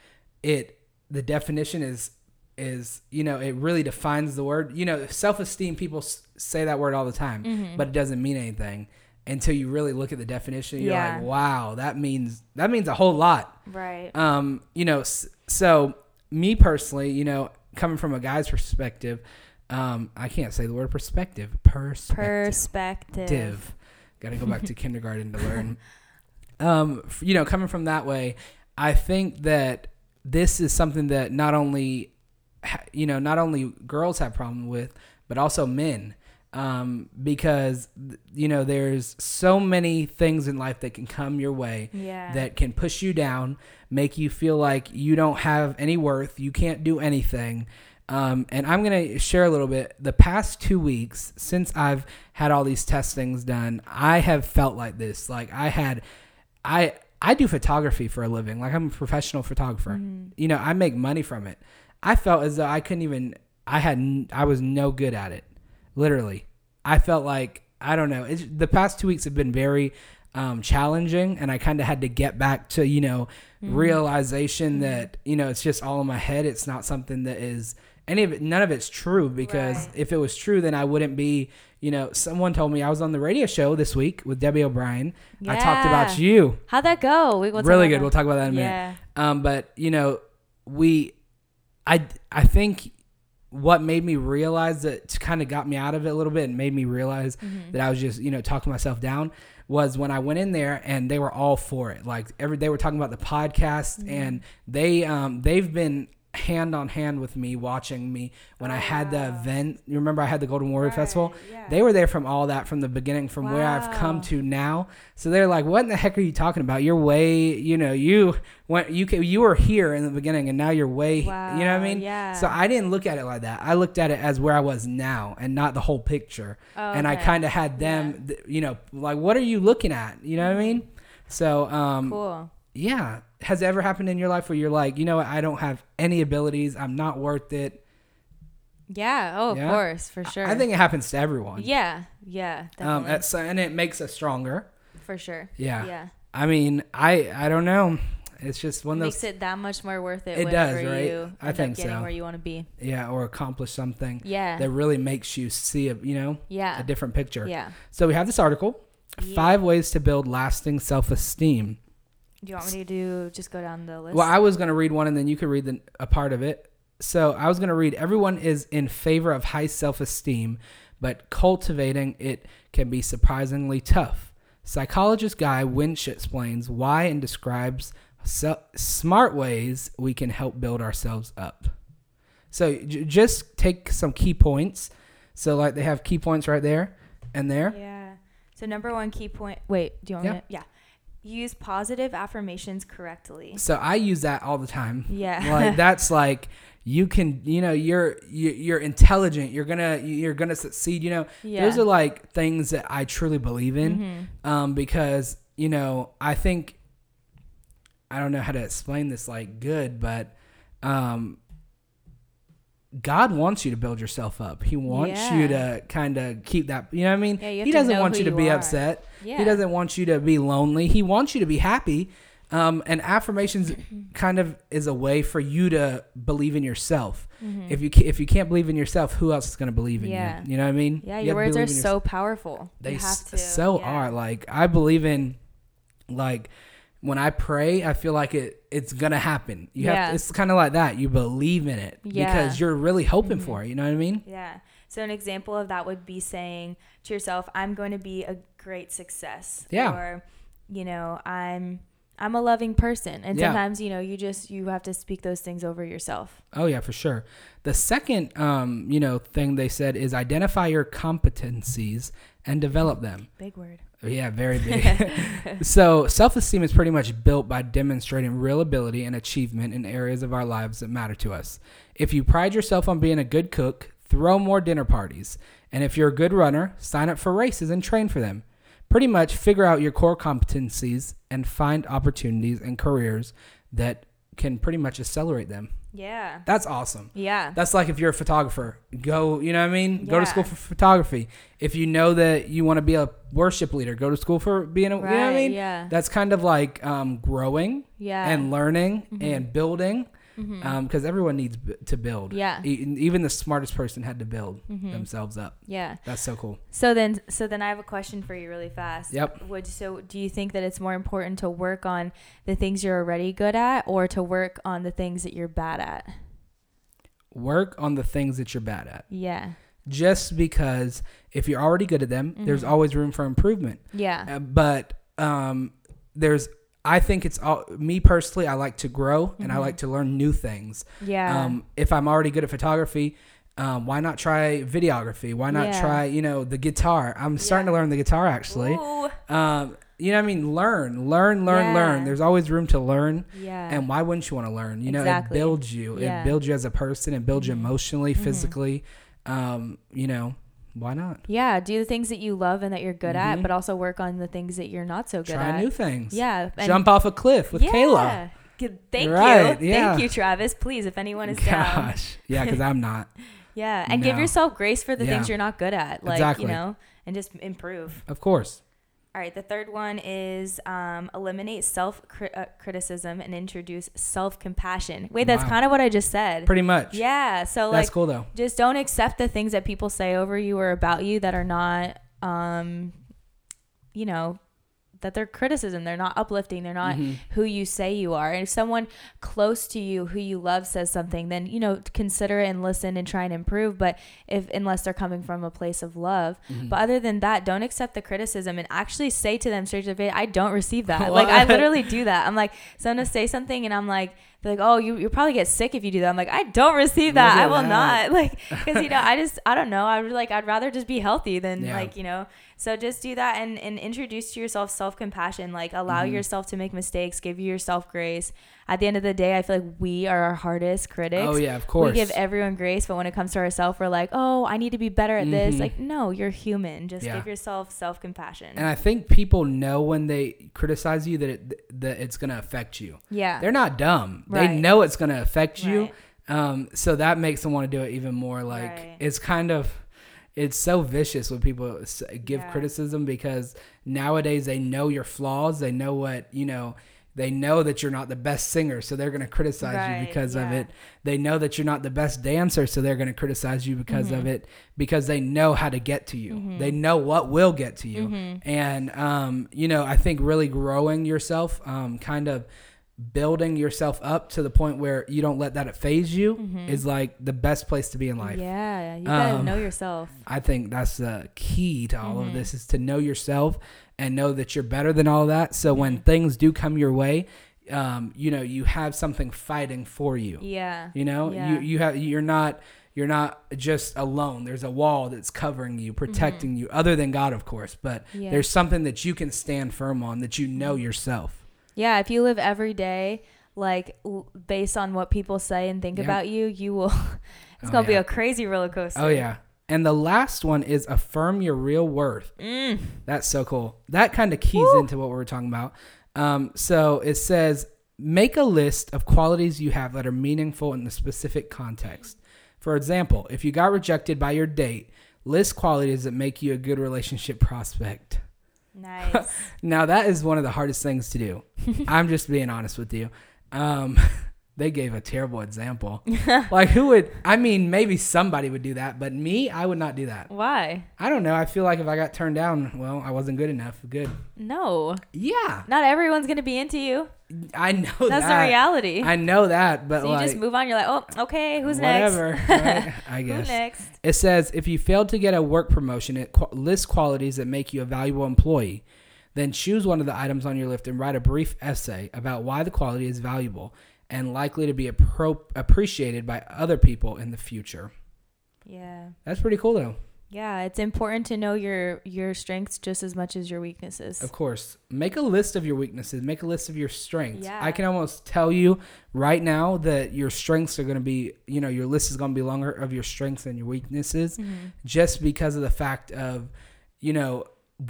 S1: it the definition is is you know it really defines the word you know self-esteem people s- say that word all the time
S2: Mm-hmm.
S1: but it doesn't mean anything until you really look at the definition you're
S2: Yeah.
S1: like wow that means that means a whole lot
S2: up. Right.
S1: um, you know, s- so me personally, you know, coming from a guy's perspective, um, I can't say the word perspective. Perspective.
S2: Perspective.
S1: Got to go back to kindergarten to learn. Um, f- you know, coming from that way, I think that this is something that not only, ha- you know, not only girls have problem with, but also men. Um, because th- you know, there's so many things in life that can come your way
S2: Yeah.
S1: that can push you down, make you feel like you don't have any worth, you can't do anything. Um, and I'm going to share a little bit. The past two weeks, since I've had all these testings done, I have felt like this. Like I had, I, I do photography for a living. Like I'm a professional photographer. You know, I make money from it. I felt as though I couldn't even, I had, n- I was no good at it. Literally. I felt like I don't know. It's, the past two weeks have been very um, challenging, and I kind of had to get back to you know
S2: Mm-hmm.
S1: realization that you know it's just all in my head. It's not something that is any of it. None of it's true because
S2: Right.
S1: if it was true, then I wouldn't be. You know, someone told me I was on the radio show this week with Debbie O'Brien. I talked about
S2: Yeah.
S1: you.
S2: How'd that go? We, we'll talk
S1: really
S2: about
S1: good.
S2: that.
S1: We'll talk about that in a minute.
S2: Yeah.
S1: Um, but you know, we, I, I think what made me realize that kind of got me out of it a little bit and made me realize
S2: Mm-hmm.
S1: that I was just you know talking myself down was when I went in there and they were all for it. Like every they were talking about the podcast
S2: Mm-hmm.
S1: and they um they've been hand on hand with me watching me when I had the event. You remember I had the Golden Warrior Festival?
S2: Ah. yeah.
S1: They were there from all that from the beginning from where I've come
S2: Wow.
S1: to now. So they're like, "What in the heck are you talking about? You're way, you know, you went you ca- you were here in the beginning and now you're way, you know what I
S2: Wow,
S1: mean?"
S2: yeah.
S1: So I didn't look at it like that. I looked at it as where I was now and not the whole picture.
S2: Oh,
S1: And I
S2: okay.
S1: kind of had them, th- you know, like, "What are you looking at?" You know what I mean? So, um
S2: Mm-hmm. Cool.
S1: yeah, has it ever happened in your life where you're like, "You know what? I don't have any abilities. I'm not worth it."
S2: Yeah. Oh,
S1: Yeah.
S2: of course, for sure.
S1: I think it happens to everyone.
S2: Yeah. Yeah.
S1: Um,
S2: Definitely.
S1: that's, and it makes us stronger.
S2: for sure.
S1: Yeah.
S2: Yeah.
S1: I mean, I I don't know. It's just one of those
S2: Makes it that much more worth it.
S1: It
S2: whenever
S1: does, right?
S2: You
S1: I
S2: end up
S1: think
S2: getting
S1: so.
S2: Where you want to be.
S1: yeah, or accomplish something
S2: Yeah.
S1: that really makes you see a you know
S2: Yeah.
S1: a different picture.
S2: Yeah.
S1: So we have this article. Five ways to build lasting self esteem.
S2: Do you want me to do just go down the list?
S1: Well, I was going to read one and then you could read the, a part of it. So I was going to read everyone is in favor of high self esteem, but cultivating it can be surprisingly tough. Psychologist Guy Winch explains why and describes se- smart ways we can help build ourselves up. So j- just take some key points. So, like, they have key points right there and there.
S2: yeah. So number one key point. Wait, do you want
S1: Yeah.
S2: me to? Yeah. Use positive affirmations correctly.
S1: So I use that all the time.
S2: Yeah.
S1: like that's like you can you know you're you- you're intelligent you're gonna you're gonna succeed you know
S2: Yeah. Mm-hmm.
S1: those are like things that i truly believe in um because you know i think i don't know how to explain this like good but um god wants you to build yourself up he wants you
S2: Yeah.
S1: to kind of keep that you know what i mean
S2: Yeah, you have
S1: he
S2: to
S1: doesn't
S2: know
S1: want
S2: who
S1: you to
S2: you
S1: be
S2: are.
S1: upset
S2: Yeah.
S1: he doesn't want you to be lonely. He wants you to be happy. Um, and affirmations kind of is a way for you to believe in yourself. If you ca- if you can't believe in yourself, who else is going to believe in
S2: Mm-hmm. Yeah.
S1: you? You know what I mean?
S2: Yeah,
S1: You
S2: your
S1: have to
S2: words are
S1: believe in yourself.
S2: so powerful.
S1: they
S2: you have
S1: s-
S2: to.
S1: so
S2: yeah.
S1: are like I believe in like when I pray, I feel like it it's going to happen. You have
S2: Yeah.
S1: to, it's kind of like that. You believe in it
S2: Yeah. Mm-hmm.
S1: because you're really hoping for it, you know what I mean?
S2: Yeah. So an example of that would be saying to yourself, "I'm going to be a great success."
S1: Yeah.
S2: Or, you know, I'm I'm a loving person, and
S1: Yeah.
S2: sometimes you know you just you have to speak those things over yourself.
S1: Oh yeah, for sure. The second, um, you know, thing they said is identify your competencies and develop them.
S2: Big word.
S1: Yeah, very big. so self-esteem is pretty much built by demonstrating real ability and achievement in areas of our lives that matter to us. If you pride yourself on being a good cook, throw more dinner parties, and if you're a good runner, sign up for races and train for them. Pretty much figure out your core competencies and find opportunities and careers that can pretty much accelerate them.
S2: Yeah.
S1: That's awesome.
S2: Yeah.
S1: That's like if you're a photographer, go, you know what I mean? Go
S2: Yeah.
S1: to school for photography. If you know that you want to be a worship leader, go to school for being a, you know what I
S2: Right,
S1: mean?
S2: yeah.
S1: That's kind of like um, growing
S2: Yeah. Mm-hmm.
S1: and learning and building because everyone needs b- to build.
S2: Yeah. Mm-hmm.
S1: E- even the smartest person had to build themselves up.
S2: yeah.
S1: That's so cool.
S2: So then, so then I have a question for you, really fast.
S1: Yep.
S2: Would so do you think that it's more important to work on the things you're already good at, or to work on the things that you're bad at?
S1: Work on the things that you're bad at.
S2: Yeah.
S1: Just because if you're already good at them, there's
S2: Mm-hmm.
S1: always room for improvement.
S2: Yeah.
S1: Uh, but um, there's I think it's all me personally. I like to grow and I like to learn new things.
S2: Mm-hmm. Yeah.
S1: Um, if I'm already good at photography, um, why not try videography? Why not
S2: Yeah.
S1: try you know the guitar? I'm starting to learn the guitar actually.
S2: Ooh.
S1: Um, you know what I mean? Learn, learn, learn,
S2: Yeah.
S1: learn. There's always room to learn.
S2: Yeah.
S1: And why wouldn't you want to learn? You know,
S2: Exactly.
S1: it builds you.
S2: Yeah. Mm-hmm.
S1: It builds you as a person. It builds you emotionally, physically. Um, you know, why not?
S2: Yeah, do the things that you love and that you're good at, but also work on the things that you're not so good
S1: Mm-hmm. Try
S2: at.
S1: new things.
S2: Yeah, and-
S1: Jump off a cliff with Kayla.
S2: Yeah. Good- Thank
S1: Right,
S2: you.
S1: yeah.
S2: Thank you, Travis. Please, if anyone is down.
S1: Gosh, yeah, because I'm not.
S2: Yeah, and give
S1: No.
S2: yourself grace for the things
S1: Yeah.
S2: you're not good at, like,
S1: Exactly.
S2: you know, and just improve.
S1: Of course.
S2: All right, the third one is um, eliminate self cri- uh, criticism and introduce self compassion. Wait, that's
S1: Wow.
S2: kind of what I just said.
S1: Pretty much.
S2: yeah, so
S1: That's
S2: like
S1: cool though.
S2: just don't accept the things that people say over you or about you that are not um you know that they're criticism they're not uplifting they're not
S1: Mm-hmm.
S2: who you say you are and if someone close to you who you love says something then you know consider it and listen and try and improve but if unless they're coming from a place of love
S1: Mm-hmm.
S2: but other than that don't accept the criticism and actually say to them straight to their face i don't receive that like i
S1: What?
S2: literally do that i'm like someone to say something and i'm like they're like oh you, you'll probably get sick if you do that i'm like i don't receive that
S1: Look
S2: i
S1: at
S2: will
S1: that.
S2: not like because you know i just i don't know i would like i'd rather just be healthy than
S1: Yeah.
S2: like you know so just do that and and introduce to yourself self-compassion like allow
S1: Mm-hmm.
S2: yourself to make mistakes give yourself grace at the end of the day i feel like we are our hardest critics
S1: Oh, yeah, of
S2: we give
S1: course.
S2: everyone grace but when it comes to ourselves we're like oh i need to be better at this like no you're human just
S1: Mm-hmm. Yeah.
S2: give yourself self-compassion
S1: And I think people know when they criticize you that it, that it's gonna affect you.
S2: yeah
S1: They're not dumb.
S2: Right.
S1: They know it's gonna affect you.
S2: Right.
S1: Um, so that makes them want to do it even more. Like
S2: Right.
S1: it's kind of, it's so vicious when people s- give
S2: Yeah.
S1: criticism because nowadays they know your flaws. They know what you know. They know that you're not the best singer, so they're going to criticize you
S2: Right,
S1: because of
S2: yeah.
S1: it. They know that you're not the best dancer, so they're going to criticize you because of it because they know how to get to you. They know what will get to you. And um, you know, I think really growing yourself, um, kind of building yourself up to the point where you don't let that phase you is like the best place to be in life.
S2: Yeah, you gotta
S1: Um,
S2: know yourself.
S1: I think that's the key to all of this is to know yourself and know that you're better than all that. So when things do come your way, um, you know, you have something fighting for you.
S2: Yeah.
S1: You know,
S2: Yeah.
S1: you you have you're not you're not just alone. There's a wall that's covering you, protecting you, other than God, of course. But
S2: Mm-hmm. Yeah. Mm-hmm.
S1: there's something that you can stand firm on that you know yourself.
S2: Yeah, if you live every day like l- based on what people say and think
S1: Yeah.
S2: about you, you will. it's
S1: Oh,
S2: gonna be
S1: yeah.
S2: a crazy roller coaster.
S1: Oh yeah. And the last one is affirm your real worth. That's so cool. That kind of keys into what we were talking about. Um, so it says make a list of qualities you have that are meaningful in the specific context. For example, if you got rejected by your date, list qualities that make you a good relationship prospect.
S2: Nice.
S1: Now that is one of the hardest things to do. I'm just being honest with you. Um, they gave a terrible example. like who would? I mean, maybe somebody would do that, but me, I would not do that.
S2: Why?
S1: I don't know. I feel like if I got turned down, well, I wasn't good enough. Good.
S2: No,
S1: Yeah,
S2: not everyone's gonna be into you.
S1: I know
S2: That's
S1: that.
S2: the reality.
S1: I know that, but
S2: so you
S1: like
S2: just move on. You're like, oh, okay, who's
S1: whatever.
S2: next?
S1: right? I guess.
S2: Who's next?
S1: It says if you failed to get a work promotion, it qu- lists qualities that make you a valuable employee. Then choose one of the items on your list and write a brief essay about why the quality is valuable and likely to be appro- appreciated by other people in the future.
S2: Yeah.
S1: That's pretty cool, though.
S2: Yeah, it's important to know your your strengths just as much as your weaknesses.
S1: Of course, make a list of your weaknesses. Make a list of your strengths.
S2: Yeah.
S1: I can almost tell you right now that your strengths are going to be, you know, your list is going to be longer of your strengths and your weaknesses,
S2: Mm-hmm.
S1: just because of the fact of, you know,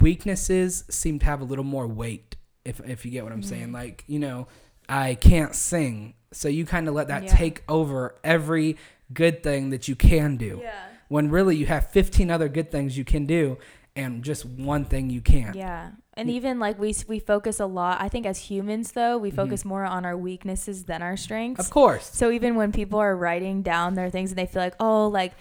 S1: weaknesses seem to have a little more weight. If if you get
S2: Mm-hmm.
S1: what I'm saying, like you know, I can't sing, so you kind of let that
S2: Yeah.
S1: take over every good thing that you can do.
S2: Yeah.
S1: When really you have 15 other good things you can do, and just one thing you can't.
S2: Yeah. And even like we s- we focus a lot. I think as humans though,
S1: Mm-hmm.
S2: we focus more on our weaknesses than our strengths.
S1: Of course.
S2: So even when people are writing down their things and they feel like, "Oh, like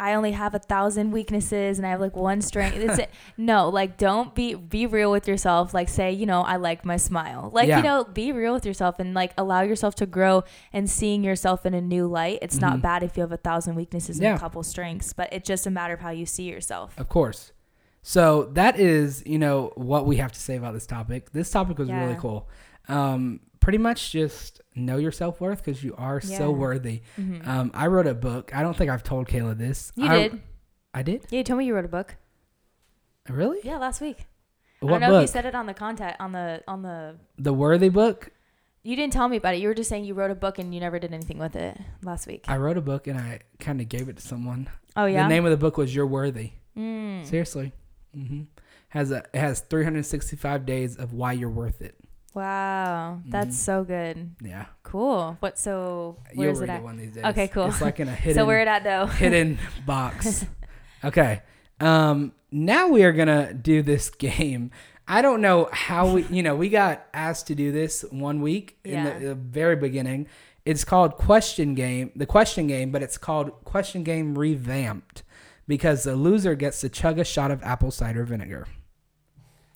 S2: I only have a thousand weaknesses and I have like one strength." It's it. No, like don't be be real with yourself. Like say, you know, I like my smile. Like,
S1: Yeah.
S2: you know, be real with yourself and like allow yourself to grow and seeing yourself in a new light. It's not bad if you have a thousand weaknesses
S1: Mm-hmm. Yeah.
S2: and a couple strengths, but it's just a matter of how you see yourself.
S1: Of course. So that is, you know, what we have to say about this topic. This topic was really
S2: Yeah.
S1: cool. Um, pretty much just know your self worth because you are
S2: Yeah. Mm-hmm.
S1: so worthy. Um, I wrote a book. I don't think I've told Kayla this.
S2: You
S1: I,
S2: did.
S1: I did.
S2: Yeah, you told me you wrote a book.
S1: Really?
S2: Yeah, last week. I
S1: What
S2: don't know
S1: book?
S2: if you said it on the contact on the on the
S1: the Worthy book.
S2: you didn't tell me about it. You were just saying you wrote a book and you never did anything with it last week.
S1: I wrote a book and I kind of gave it to someone.
S2: oh yeah.
S1: The name of the book was You're Worthy.
S2: mm.
S1: Seriously. hmm Has a it has 365 days of why you're worth it.
S2: Wow,
S1: Mm-hmm.
S2: that's so good.
S1: Yeah.
S2: Cool. What? So
S1: You'll
S2: where's
S1: read
S2: it
S1: it
S2: at?
S1: one of these days.
S2: Okay, cool.
S1: It's like in a hidden.
S2: so where it at though?
S1: hidden box. Okay. Um now we are going to do this game. I don't know how we, you know, we got asked to do this one week
S2: Yeah.
S1: in the, the very beginning. It's called Question Game, the Question Game, but it's called Question Game Revamped because the loser gets to chug a shot of apple cider vinegar.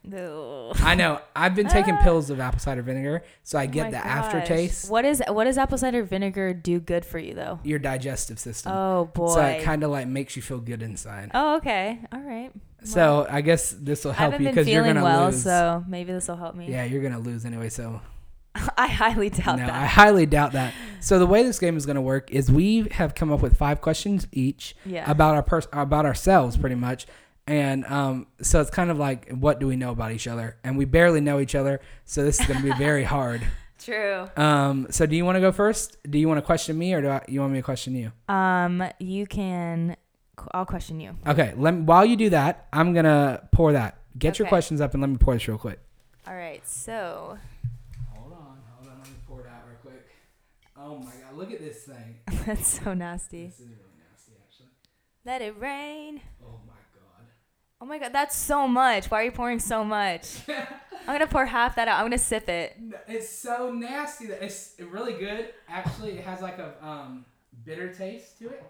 S2: Ew.
S1: I know. I've been taking pills of apple cider vinegar, so I get
S2: Ah. Oh My
S1: the
S2: gosh.
S1: aftertaste,
S2: What is what does apple cider vinegar do good for you though?
S1: your digestive system.
S2: Oh boy.
S1: so it kind of like makes you feel good inside.
S2: oh okay. All right.
S1: So I guess this will
S2: I
S1: help
S2: haven't
S1: you
S2: been
S1: because you're
S2: feeling
S1: gonna
S2: well,
S1: lose.
S2: so maybe this will help me.
S1: Yeah, you're gonna lose anyway. So
S2: I highly doubt
S1: no, I
S2: that.
S1: highly doubt that. So the way this game is gonna work is we have come up with five questions each
S2: Yeah.
S1: about our pers- about ourselves, pretty much. And um, so it's kind of like, what do we know about each other? And we barely know each other, so this is gonna be very hard.
S2: True.
S1: Um, so do you want to go first? Do you want to question me, or do I, you want me to question you?
S2: Um, you can. I'll question you.
S1: Okay. Let me, while you do that, I'm gonna pour that. Get your
S2: Okay.
S1: questions up and let me pour this real quick.
S2: All right. So
S1: Hold on, hold on. Let me pour it out real quick. Oh my god, look at this thing.
S2: that's so nasty.
S1: This is really nasty, actually.
S2: Let it rain
S1: Oh my god.
S2: Oh my god, that's so much. Why are you pouring so much? I'm gonna pour half that out. I'm gonna sip it.
S1: It's so nasty that it's really good. Actually, it has like a um, bitter taste to it,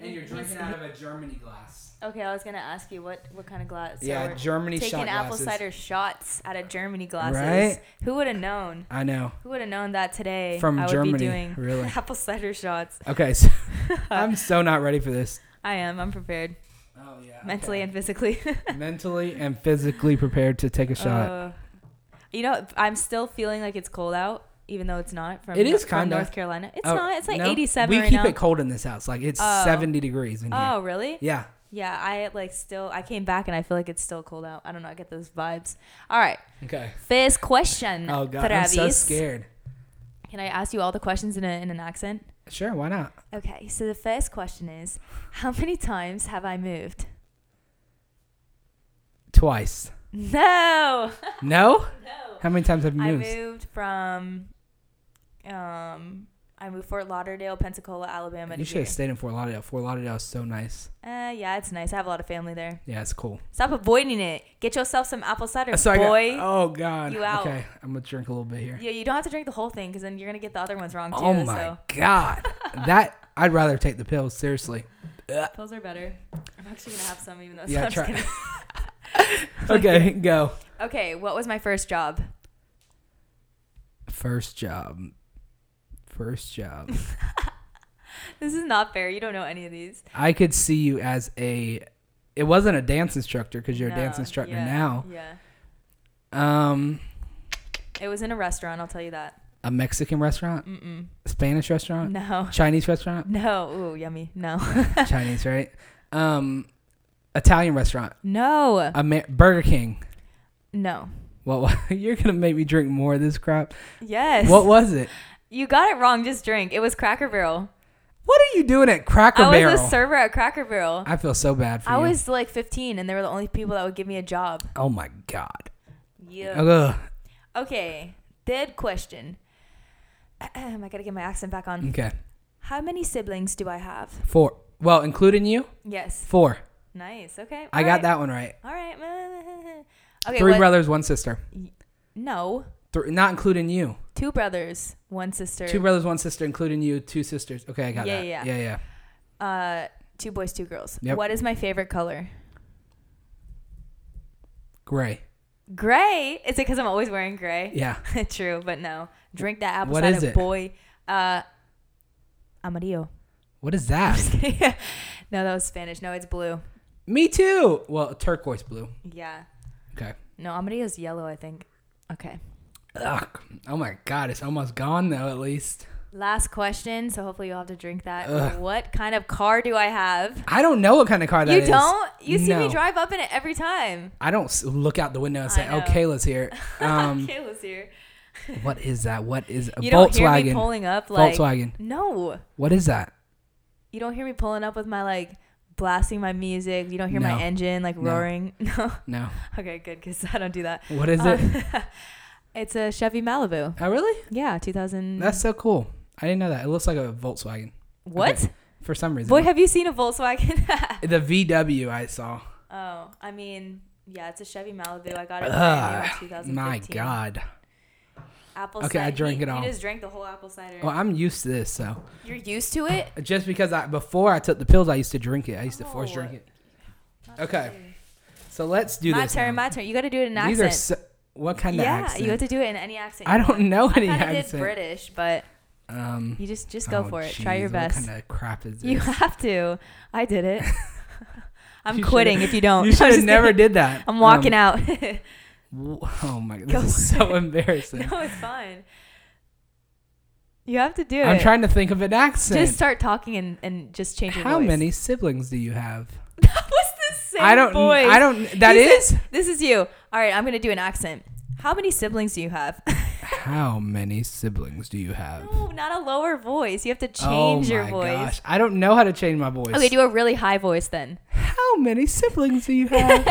S1: and you're drinking out of a Germany glass.
S2: Okay, I was gonna ask you what what kind of glass. so
S1: yeah,
S2: we're
S1: Germany
S2: taking
S1: shot
S2: apple
S1: glasses.
S2: cider shots out of Germany glasses.
S1: Right?
S2: Who would have known?
S1: I know.
S2: Who would have known that today?
S1: From
S2: I would
S1: Germany,
S2: be doing
S1: really.
S2: apple cider shots.
S1: Okay, so I'm so not ready for this.
S2: I am. I'm prepared
S1: Oh yeah.
S2: mentally and physically.
S1: and mentally and physically prepared to take a shot.
S2: Uh, you know, I'm still feeling like it's cold out, even though it's not. From
S1: It is
S2: from
S1: kinda.
S2: North Carolina. It's
S1: Oh,
S2: not. It's like
S1: no?
S2: 87
S1: We
S2: right
S1: keep
S2: now.
S1: it cold in this house. Like it's
S2: Oh.
S1: 70 degrees in here.
S2: Oh really?
S1: Yeah.
S2: Yeah, I like still. I came back and I feel like it's still cold out. I don't know. I get those vibes. All right,
S1: Okay.
S2: first question.
S1: Oh god,
S2: Travis.
S1: I'm so scared.
S2: Can I ask you all the questions in, a, in an accent?
S1: Sure, why not?
S2: Okay, so the first question is, how many times have I moved?
S1: Twice.
S2: No,
S1: No?
S2: no.
S1: How many times have you
S2: I
S1: moved?
S2: moved from, um, I moved Fort Lauderdale, Pensacola, Alabama.
S1: You
S2: to
S1: should
S2: here.
S1: have stayed in Fort Lauderdale. Fort Lauderdale is so nice.
S2: Uh, yeah, it's nice. I have a lot of family there.
S1: Yeah, it's cool.
S2: Stop avoiding it. Get yourself some apple cider,
S1: Uh, So I got-
S2: boy.
S1: oh god.
S2: you out.
S1: Okay, I'm gonna drink a little bit here.
S2: Yeah, you don't have to drink the whole thing because then you're gonna get the other ones wrong too.
S1: oh my
S2: So
S1: god. that I'd rather take the pills seriously.
S2: pills are better. I'm actually gonna have some even though.
S1: Yeah,
S2: I'm just
S1: try-
S2: kidding.
S1: Okay, go.
S2: Okay, what was my first job?
S1: First job. First job.
S2: This is not fair. You don't know any of these.
S1: I could see you as a. It wasn't a dance instructor because you're a dance
S2: No,
S1: instructor
S2: yeah,
S1: now.
S2: Yeah,
S1: Um,
S2: it was in a restaurant. I'll tell you that.
S1: a Mexican restaurant,
S2: Mm-mm.
S1: Spanish restaurant,
S2: No,
S1: Chinese restaurant,
S2: no. Ooh, yummy. No,
S1: Chinese, right? Um, Italian restaurant,
S2: no,
S1: Amer- Burger King.
S2: no.
S1: Well, you're gonna make me drink more of this crap.
S2: Yes.
S1: What was it?
S2: You got it wrong. Just drink. It was Cracker Barrel.
S1: What are you doing at Cracker
S2: I
S1: Barrel?
S2: was a server at Cracker Barrel.
S1: I feel so bad for
S2: I
S1: you.
S2: was like 15, and they were the only people that would give me a job.
S1: oh my god.
S2: Yeah.
S1: Ugh.
S2: Okay. Dead question. I gotta get my accent back on.
S1: Okay.
S2: How many siblings do I have?
S1: Four. Well, including you,
S2: Yes.
S1: four.
S2: Nice. Okay.
S1: I got that one right.
S2: All right. Okay.
S1: Three
S2: what-
S1: brothers, one sister.
S2: No,
S1: Three, not including you.
S2: two brothers, one sister.
S1: Two brothers, one sister, including you, two sisters. Okay, I got
S2: Yeah,
S1: that.
S2: yeah.
S1: yeah, yeah.
S2: uh, two boys, two girls.
S1: Yep.
S2: What is my favorite color?
S1: Gray.
S2: Gray. Is it because I'm always wearing gray?
S1: Yeah.
S2: True, but no. Drink that apple
S1: What
S2: cider,
S1: is it?
S2: boy. Uh, amarillo.
S1: What is that?
S2: no, that was Spanish. No, it's blue.
S1: Me too. Well, turquoise blue.
S2: Yeah.
S1: Okay.
S2: No, amarillo's yellow, I think. Okay.
S1: Ugh. Oh my god, it's almost gone though. At least
S2: Last question. So hopefully you'll have to drink that.
S1: Ugh.
S2: What kind of car do I have?
S1: I don't know what kind of car that
S2: you
S1: is.
S2: don't? You see
S1: No.
S2: me drive up in it every time.
S1: I don't s- look out the window and say,
S2: I know.
S1: "Oh, Kayla's here." Um,
S2: Kayla's here.
S1: what is that? What is a
S2: You don't hear me
S1: Volkswagen?
S2: pulling up like
S1: Volkswagen.
S2: No.
S1: What is that?
S2: You don't hear me pulling up with my like blasting my music. You don't hear
S1: No.
S2: my engine like
S1: No.
S2: roaring. No.
S1: No.
S2: Okay, good cuz I don't do that.
S1: What is it?
S2: Um, it's a Chevy Malibu.
S1: Oh, really?
S2: Yeah, 2000.
S1: That's so cool. I didn't know that. It looks like a Volkswagen
S2: What?
S1: okay. for some reason.
S2: Boy, have you seen a Volkswagen?
S1: the VW I saw.
S2: oh, I mean, yeah, it's a Chevy Malibu. I got it brand
S1: Ugh,
S2: new in 2015.
S1: my god.
S2: Apple
S1: Okay, I
S2: cider-
S1: drank
S2: he-
S1: it all.
S2: He just drank the whole apple cider.
S1: Well, I'm used to this, so
S2: You're used to it?
S1: just because I before I took the pills, I used to drink it. I used to force
S2: Oh.
S1: drink it. Okay, so let's do
S2: My
S1: this.
S2: turn,
S1: now.
S2: my turn. You got to do it in an
S1: These
S2: accent.
S1: are so, what kind
S2: yeah,
S1: of accent?
S2: you have to do it in any accent.
S1: I
S2: you
S1: don't
S2: want.
S1: know any
S2: I kinda did
S1: accent.
S2: British, but
S1: um,
S2: you just just go
S1: oh,
S2: for it. Try your
S1: jeez,
S2: best.
S1: What kind of crap is this?
S2: You have to. I did it. I'm
S1: You should've-
S2: quitting if you don't.
S1: You
S2: I'm
S1: should have
S2: just
S1: never
S2: kidding.
S1: did Um, that.
S2: I'm walking out.
S1: out. Oh my!
S2: Go
S1: This is so embarrassing.
S2: no, it's fine. You have to do it.
S1: I'm trying to think of an accent.
S2: Just start talking and, and just change your
S1: How
S2: voice.
S1: many siblings do you have?
S2: that was the same
S1: I don't.
S2: voice.
S1: I don't. That
S2: He
S1: is.
S2: said, this is you. All right, I'm gonna do an accent. How many siblings do you have?
S1: How many siblings do you have?
S2: no, not a lower voice. You have to
S1: oh
S2: change your
S1: my
S2: voice.
S1: gosh! I don't know how to change my voice.
S2: Okay, do a really high voice then.
S1: How many siblings do you have?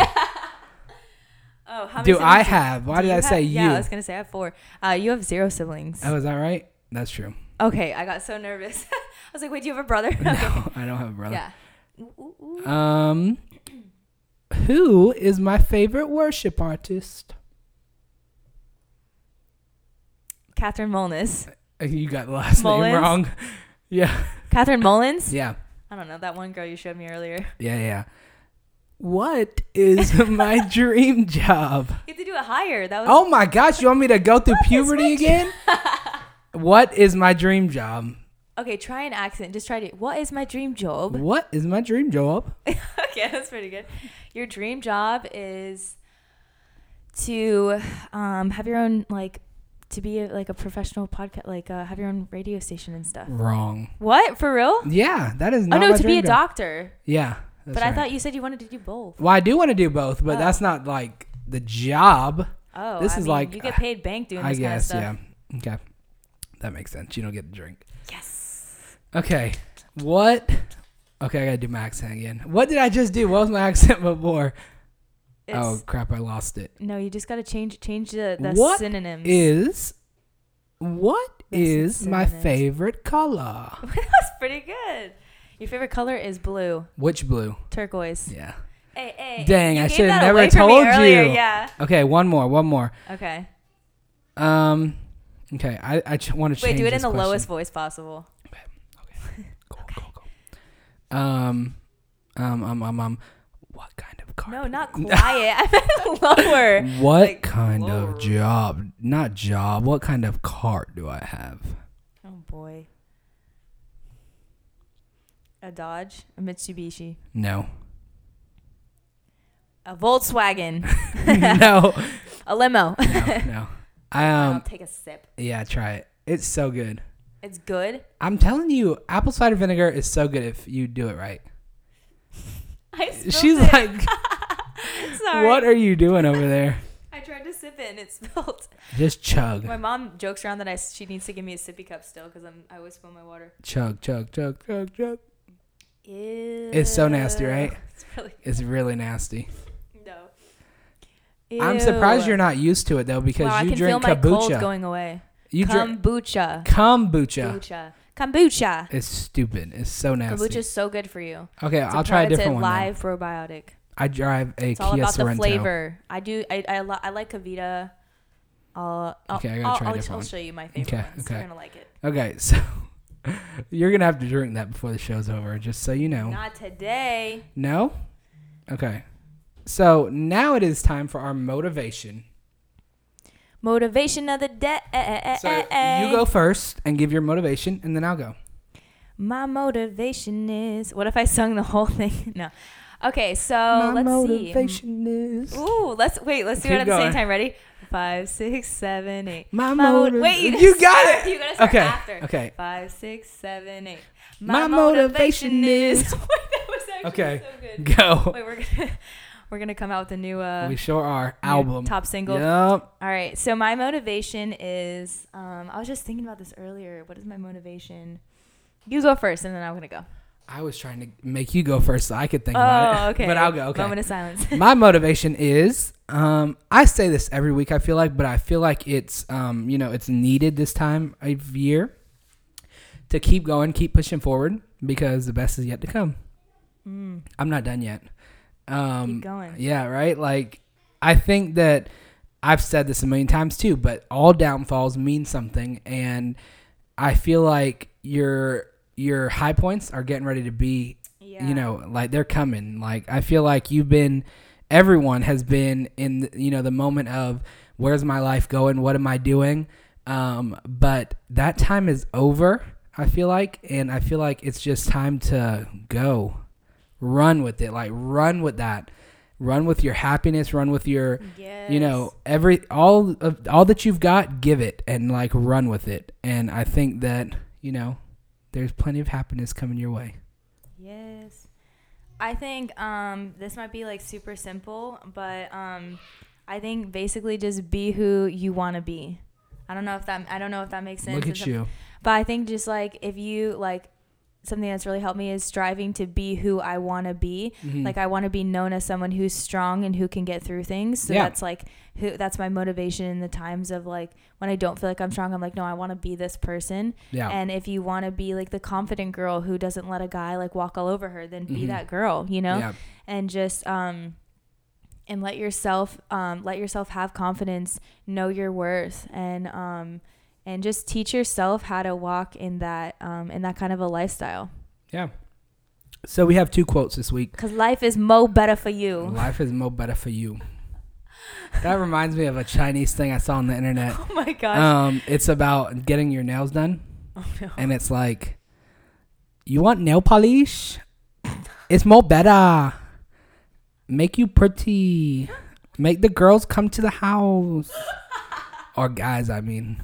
S2: Oh, how many
S1: do I
S2: siblings
S1: have? Why did
S2: you
S1: I say
S2: have?
S1: you?
S2: Yeah, I was gonna say I have four. Uh, you have zero siblings.
S1: oh, is that right? That's true.
S2: Okay, I got so nervous. I was like, wait, do you have a brother? Okay.
S1: No, I don't have a brother.
S2: Yeah. Ooh, ooh, ooh.
S1: Um, Who is my favorite worship artist?
S2: Catherine Mullins.
S1: Uh, You got the last
S2: Mullins?
S1: name wrong. Yeah.
S2: Catherine Mullins?
S1: Yeah.
S2: I don't know. That one girl you showed me earlier.
S1: Yeah. Yeah. What is my dream job?
S2: You have to do it higher. That was
S1: Oh my gosh, you want me to go through puberty again? what is my dream job?
S2: Okay, try an accent. Just try to. What is my dream job?
S1: What is my dream job?
S2: okay, that's pretty good. Your dream job is to um, have your own like to be like a professional podcast, like uh, have your own radio station and stuff.
S1: Wrong.
S2: What for real?
S1: Yeah, that is
S2: Oh
S1: not
S2: no,
S1: my
S2: to be
S1: dream
S2: a
S1: job.
S2: doctor.
S1: Yeah. that's
S2: But I
S1: right.
S2: thought you said you wanted to do both.
S1: Well, I do want to do both, but
S2: Oh.
S1: that's not like the job.
S2: Oh,
S1: This
S2: I
S1: is
S2: mean,
S1: like-
S2: you get paid bank doing
S1: I
S2: this
S1: guess,
S2: kind of stuff.
S1: yeah. Okay. That makes sense. You don't get to drink.
S2: Yes.
S1: Okay. What? Okay, I gotta do my accent again. What did I just do? What was my accent before?
S2: It's,
S1: oh crap! I lost it.
S2: No, you just gotta change change the, the
S1: What
S2: synonyms.
S1: Is what
S2: This is
S1: is my
S2: synonyms.
S1: favorite color?
S2: That's pretty good. Your favorite color is blue,
S1: Which blue?
S2: turquoise.
S1: Yeah.
S2: Hey, hey,
S1: Dang,
S2: you
S1: I
S2: gave
S1: should have
S2: that
S1: never
S2: away from me
S1: told
S2: earlier,
S1: you.
S2: Yeah.
S1: Okay, one more, one more.
S2: Okay.
S1: Um, okay, I I want to change.
S2: Wait, do it in
S1: this
S2: the
S1: question.
S2: lowest voice possible.
S1: Cool, cool, cool. Um, um, um, um, um, what kind of car?
S2: No, not quiet. I meant lower.
S1: What
S2: like,
S1: kind
S2: lower.
S1: of job? Not job. What kind of car do I have?
S2: Oh boy. A Dodge, a Mitsubishi,
S1: No.
S2: a Volkswagen,
S1: no.
S2: a limo.
S1: No. No.
S2: I'll
S1: Um.
S2: take a sip.
S1: Yeah. Try it. It's so good.
S2: It's good.
S1: I'm telling you, apple cider vinegar is so good if you do it right.
S2: I spilled
S1: She's
S2: it.
S1: like,
S2: Sorry.
S1: "What are you doing over there?
S2: I tried to sip it and it spilled.
S1: Just chug,
S2: My mom jokes around that I she needs to give me a sippy cup still because I'm I always spill my water.
S1: chug, chug, chug, chug, chug."
S2: Ew.
S1: so nasty, right?
S2: It's really
S1: It's really nasty.
S2: no.
S1: I'm surprised you're not used to it though, because
S2: wow, I
S1: you
S2: can
S1: drink
S2: feel my cold
S1: kombucha.
S2: going away.
S1: you drink
S2: kombucha.
S1: kombucha.
S2: Kombucha. Kombucha.
S1: It's stupid. It's so
S2: Kombucha
S1: nasty.
S2: is so good for you.
S1: okay,
S2: It's
S1: I'll try a
S2: pro- it's
S1: different one. then.
S2: live probiotic.
S1: I drive a
S2: It's all
S1: Kia
S2: about
S1: Sorento.
S2: the flavor. I do. I I, li- I like Kavita. I'll, I'll,
S1: Okay, I gotta
S2: I'll,
S1: try a
S2: I'll,
S1: different
S2: I'll
S1: one.
S2: show you my favorite
S1: Okay,
S2: ones.
S1: okay.
S2: You're gonna like it.
S1: Okay, so you're gonna have to drink that before the show's over, just so you know.
S2: Not today.
S1: No? Okay. So now it is time for our motivation.
S2: Motivation of the day. Eh,
S1: So you go first and give your motivation, and then I'll go.
S2: My motivation is. What if I sung the whole thing? No. Okay, so
S1: My
S2: Oh, let's see.
S1: motivation is.
S2: Ooh, let's wait. Let's do
S1: Keep
S2: it at the same
S1: going.
S2: time. Ready? Five, six, seven, eight.
S1: My
S2: mo-
S1: motiv-
S2: Wait, you,
S1: You
S2: gotta
S1: got
S2: start-
S1: it.
S2: You gotta start
S1: Okay,
S2: after.
S1: okay.
S2: Five, six, seven, eight.
S1: My motivation is-
S2: Wait, that was actually
S1: Okay,
S2: so good.
S1: go.
S2: Wait, we're gonna we're gonna come out with a new uh
S1: we sure are.
S2: new
S1: Album.
S2: top single.
S1: Yup.
S2: All right. So my motivation is um I was just thinking about this earlier. What is my motivation? You go first, and then I'm gonna go.
S1: I was trying to make you go first so I could think about
S2: oh,
S1: it.
S2: okay.
S1: But I'll go. Okay.
S2: Moment of silence.
S1: my motivation is um, I say this every week. I feel like, but I feel like it's um, you know it's needed this time of year to keep going, keep pushing forward because the best is yet to come. I'm not done yet. Um,
S2: Mm. Keep going.
S1: Yeah, right. Like I think that I've said this a million times too, but all downfalls mean something, and I feel like your your high points are getting ready to be
S2: Yeah.
S1: you know like they're coming like i feel like you've been everyone has been in the, you know the moment of where's my life going what am i doing um but that time is over i feel like and i feel like it's just time to go run with it like run with that run with your happiness run with your
S2: Yes.
S1: you know every all of all that you've got give it and like run with it and i think that you know there's plenty of happiness coming your way
S2: Yes. I think um, this might be like super simple, but um, I think basically just be who you want to be. I don't know if that I don't know if that makes sense.
S1: look
S2: It's
S1: at
S2: a-
S1: you
S2: But I think just like if you like something that's really helped me is striving to be who I want to be.
S1: Mm-hmm.
S2: Like I want to be known as someone who's strong and who can get through things. So
S1: Yeah.
S2: that's like who that's my motivation in the times of like when I don't feel like I'm strong, I'm like no, I want to be this person.
S1: Yeah.
S2: And if you want to be like the confident girl
S1: Mm-hmm.
S2: who doesn't let a guy like walk all over her, then be that girl, you know?
S1: Yeah.
S2: And just um and let yourself um, let yourself have confidence know your worth and um, and just teach yourself how to walk in that um, in that kind of a lifestyle
S1: Yeah. So we have two quotes this week.
S2: because life is mo better for you
S1: Life is more better for you. That reminds me of a Chinese thing I saw on the internet.
S2: oh my gosh
S1: Um, it's about getting your nails done,
S2: oh no
S1: and it's like, you want nail polish? It's more better. Make you pretty. Make the girls come to the house, or guys. I mean,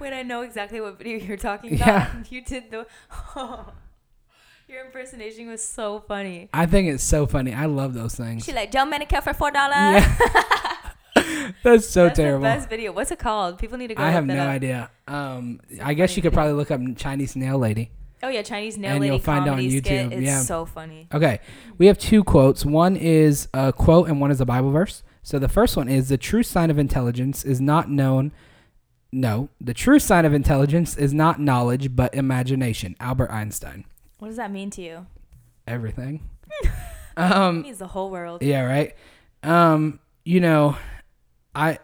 S2: wait i know exactly what video you're talking about
S1: Yeah.
S2: you did the your impersonation was so funny
S1: I think it's so funny. I love those things.
S2: she like joe manicure for four dollars
S1: Yeah. That's so
S2: That's
S1: terrible.
S2: the best video. What's it called? People need to go.
S1: I
S2: look
S1: have
S2: that
S1: no
S2: up.
S1: idea. Um, I guess you could probably look up Chinese nail lady.
S2: Oh yeah, Chinese nail
S1: And
S2: lady
S1: you'll find it on
S2: comedy skit.
S1: YouTube,
S2: It's
S1: yeah.
S2: so funny.
S1: Okay, we have two quotes. One is a quote, and one is a Bible verse. So the first one is the true sign of intelligence is not known. No, the true sign of intelligence is not knowledge, but imagination. Albert Einstein.
S2: What does that mean to you?
S1: Everything.
S2: It
S1: um,
S2: means the whole world.
S1: yeah, right. Um, you know, I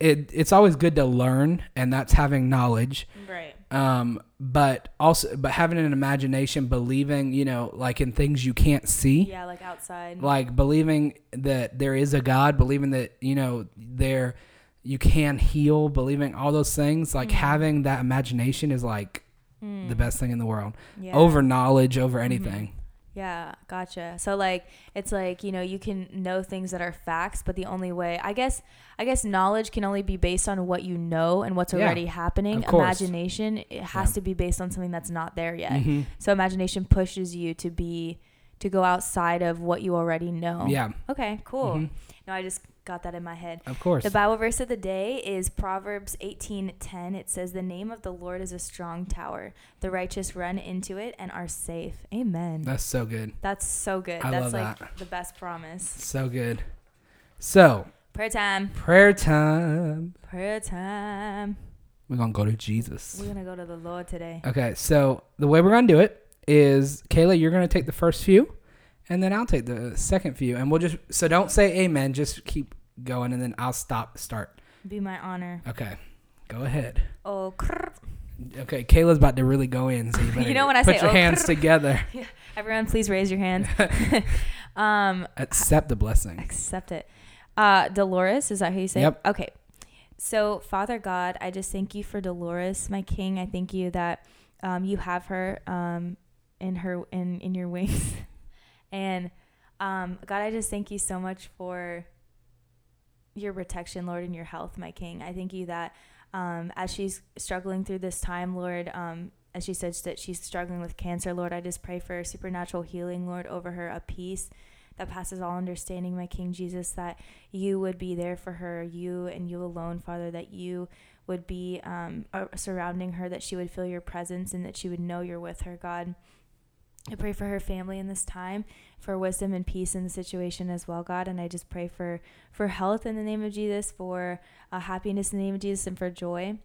S1: it it's always good to learn, and that's having knowledge.
S2: Right.
S1: um, but also but having an imagination believing you know like in things you can't see
S2: Yeah, like outside.
S1: like believing that there is a god believing that you know there you can heal believing all those things
S2: Mm.
S1: like having that imagination is like the best thing in the world
S2: yeah.
S1: over knowledge over anything
S2: Yeah, gotcha. So like it's like, you know, you can know things that are facts, but the only way I guess I guess knowledge can only be based on what you know and what's
S1: Yeah,
S2: already happening.
S1: of course.
S2: Imagination it has
S1: Yeah. Mm-hmm.
S2: to be based on something that's not there yet. So imagination pushes you to be to go outside of what you already know.
S1: yeah Mm-hmm.
S2: Okay, Oh, cool. No, I just got that in my head.
S1: of course
S2: The Bible verse of the day is Proverbs 18:10. It says, "The name of the Lord is a strong tower; the righteous run into it and are safe." Amen.
S1: that's so good
S2: That's so good.
S1: I love
S2: That's like
S1: that.
S2: the best promise.
S1: so good so
S2: Prayer time.
S1: prayer time
S2: Prayer time.
S1: we're gonna go to jesus
S2: We're gonna go to the Lord today.
S1: Okay, so the way we're gonna do it is Kayla, you're gonna take the first few, and then I'll take the second few, and we'll just so don't say amen, just keep going, and then I'll stop start.
S2: Be my honor.
S1: Okay, go ahead.
S2: Oh, crrr.
S1: Okay, Kayla's about to really go in, so you, better
S2: know when I
S1: put
S2: say,
S1: your
S2: "Oh,
S1: hands together,
S2: everyone, please raise your hands. um,
S1: accept the blessing.
S2: accept it. Uh, Dolores, is that how you say? it?
S1: Yep.
S2: Okay. So, Father God, I just thank you for Dolores, my King. I thank you that um, you have her um, in her in in your wings, and um, God, I just thank you so much for your protection, Lord, and your health, my King. I thank you that um, as she's struggling through this time, Lord, um, as she says that she's struggling with cancer, Lord, I just pray for supernatural healing, Lord, over her, a peace that passes all understanding, my King Jesus, that you would be there for her, you and you alone, Father, that you would be um, uh, surrounding her, that she would feel your presence and that she would know you're with her, God. I pray for her family in this time, for wisdom and peace in the situation as well, God. And I just pray for for health in the name of Jesus, for uh, happiness in the name of Jesus, and for joy.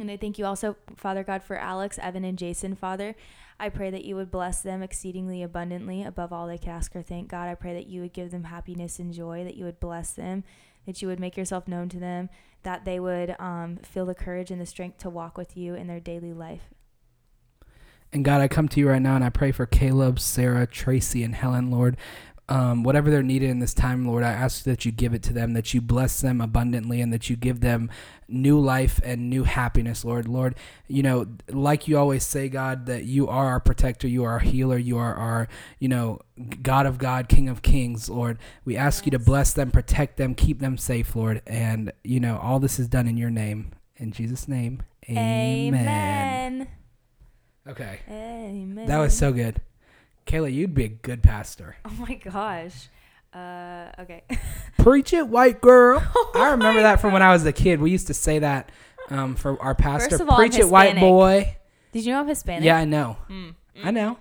S2: And I thank you also, Father God, for Alex, Evan, and Jason, Father. I pray that you would bless them exceedingly abundantly above all they could ask or thank. God, I pray that you would give them happiness and joy, that you would bless them, that you would make yourself known to them, that they would um, feel the courage and the strength to walk with you in their daily life.
S1: And God, I come to you right now and I pray for Caleb, Sarah, Tracy, and Helen, Lord. Um, whatever they're needed in this time, Lord, I ask that you give it to them, that you bless them abundantly, and that you give them new life and new happiness, Lord. Lord, you know, like you always say, God, that you are our protector, you are our healer, you are our, you know, God of God, King of Kings, Lord. We ask you to bless them, protect them, keep them safe, Lord. And, you know, all this is done in your name. In Jesus' name, amen.
S2: Amen.
S1: Okay.
S2: Amen.
S1: That was so good. Kayla, you'd be a good pastor.
S2: Oh my gosh. Uh, okay.
S1: Preach it, white girl.
S2: Oh
S1: I remember that from when I was a kid. We used to say that um, for our pastor.
S2: First of all, I'm
S1: Preach it, white
S2: Hispanic.
S1: boy.
S2: Did you know I'm Hispanic? Mm, Mm-hmm.
S1: Yeah, I know. I know.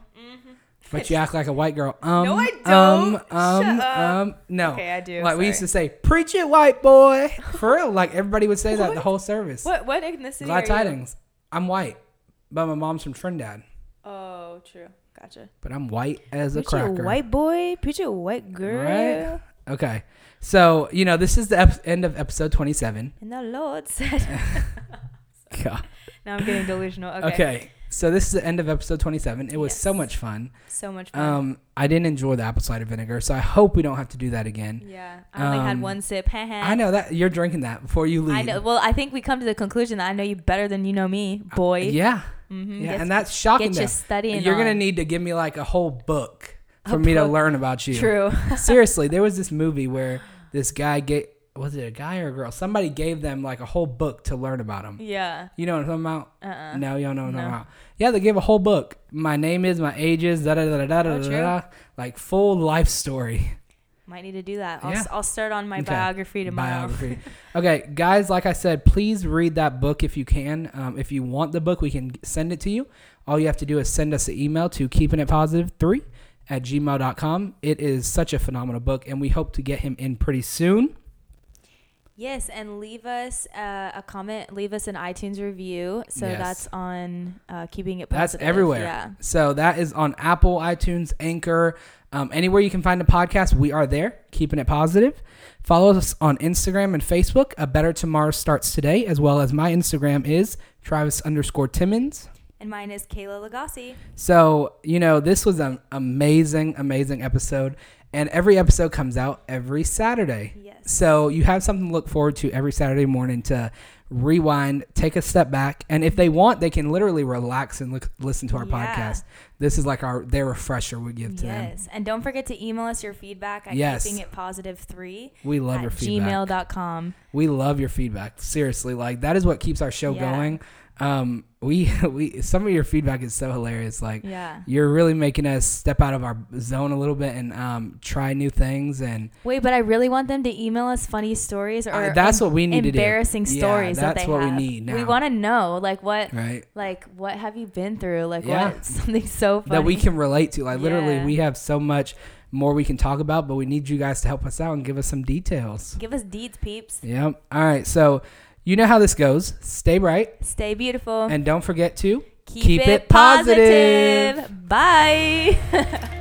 S1: But you act like a white girl. Um,
S2: No, I
S1: Um,
S2: don't.
S1: um,
S2: Shut up.
S1: um, no.
S2: Okay, I do.
S1: Like we used to
S2: Sorry.
S1: say, preach it, white boy. For real, like everybody would say that the whole service.
S2: What what ethnicity
S1: Glad
S2: are you?
S1: tidings. I'm white, but my mom's from Trinidad.
S2: Oh, true. Gotcha.
S1: But I'm white as a
S2: Preach it,
S1: cracker.
S2: white boy. Preach it, white girl.
S1: Right? Okay. So, you know, this is the ep- end of episode 27.
S2: And the Lord said,
S1: God.
S2: "Now I'm getting delusional." Okay.
S1: Okay. So, this is the end of episode 27. It was so
S2: Yes.
S1: much fun.
S2: So much fun.
S1: Um, I didn't enjoy the apple cider vinegar, so I hope we don't have to do that again.
S2: yeah, I only
S1: um,
S2: had one sip. I
S1: I know that you're drinking that before you leave.
S2: I know. Well, I think we come to the conclusion that I know you better than you know me,
S1: Uh,
S2: boy.
S1: Yeah.
S2: Mm-hmm.
S1: Yeah, and that's shocking.
S2: get your
S1: though.
S2: studying
S1: You're gonna
S2: on.
S1: need to give me like a whole book
S2: A
S1: for me to
S2: book.
S1: learn about you.
S2: true.
S1: Seriously, there was this movie where this guy gave was it a guy or a girl? Somebody gave them like a whole book to learn about him.
S2: yeah.
S1: You know what I'm talking about?
S2: Uh-uh.
S1: No, you don't know what I'm
S2: No.
S1: talking about. Yeah, they gave a whole book. My name is, my age is, da da da da da da
S2: Oh,
S1: da,
S2: true.
S1: da. Like full life story.
S2: Might need to do that. I'll,
S1: Yeah.
S2: s will start on my
S1: Okay.
S2: biography tomorrow.
S1: Biography. okay, guys, like I said, please read that book if you can. Um, if you want the book, we can send it to you. All you have to do is send us an email to keeping it positive three at gmail.com. It is such a phenomenal book, and we hope to get him in pretty soon.
S2: Yes, and leave us uh, a comment. Leave us an iTunes review. So
S1: Yes.
S2: that's on uh, keeping it.
S1: That's
S2: Positive.
S1: everywhere.
S2: Yeah.
S1: So that is on Apple, iTunes, Anchor, um, anywhere you can find a podcast. We are there, keeping it positive. Follow us on Instagram and Facebook. A Better Tomorrow starts today, as well as my Instagram is Travis underscore Timmons.
S2: And mine is Kayla Lagasse.
S1: So you know this was an amazing, amazing episode, and every episode comes out every Saturday.
S2: Yes.
S1: So you have something to look forward to every Saturday morning to rewind, take a step back, and if they want, they can literally relax and look, listen to our
S2: Yeah.
S1: podcast. This is like our their refresher we give to them.
S2: Yes. And don't forget to email us your feedback at
S1: Yes.
S2: keeping it positive three
S1: We love
S2: at
S1: your feedback.
S2: gmail.com.
S1: We love your feedback. Seriously, like that is what keeps our show
S2: Yeah.
S1: going. Um, we we some of your feedback is so hilarious. Like
S2: Yeah.
S1: you're really making us step out of our zone a little bit and um, try new things and
S2: Wait, but I really want them to email us funny stories or
S1: Uh, that's what we need to do.
S2: embarrassing
S1: Yeah,
S2: stories that
S1: that's
S2: they
S1: what we
S2: have.
S1: need now.
S2: We want to know like what
S1: right
S2: like what have you been through? Like
S1: Yeah.
S2: what something so funny
S1: that we can relate to like literally
S2: Yeah.
S1: we have so much more we can talk about but we need you guys to help us out and give us some details
S2: give us deeds, peeps.
S1: yep all right so you know how this goes stay bright
S2: Stay beautiful.
S1: and don't forget to
S2: keep, it, positive. Bye.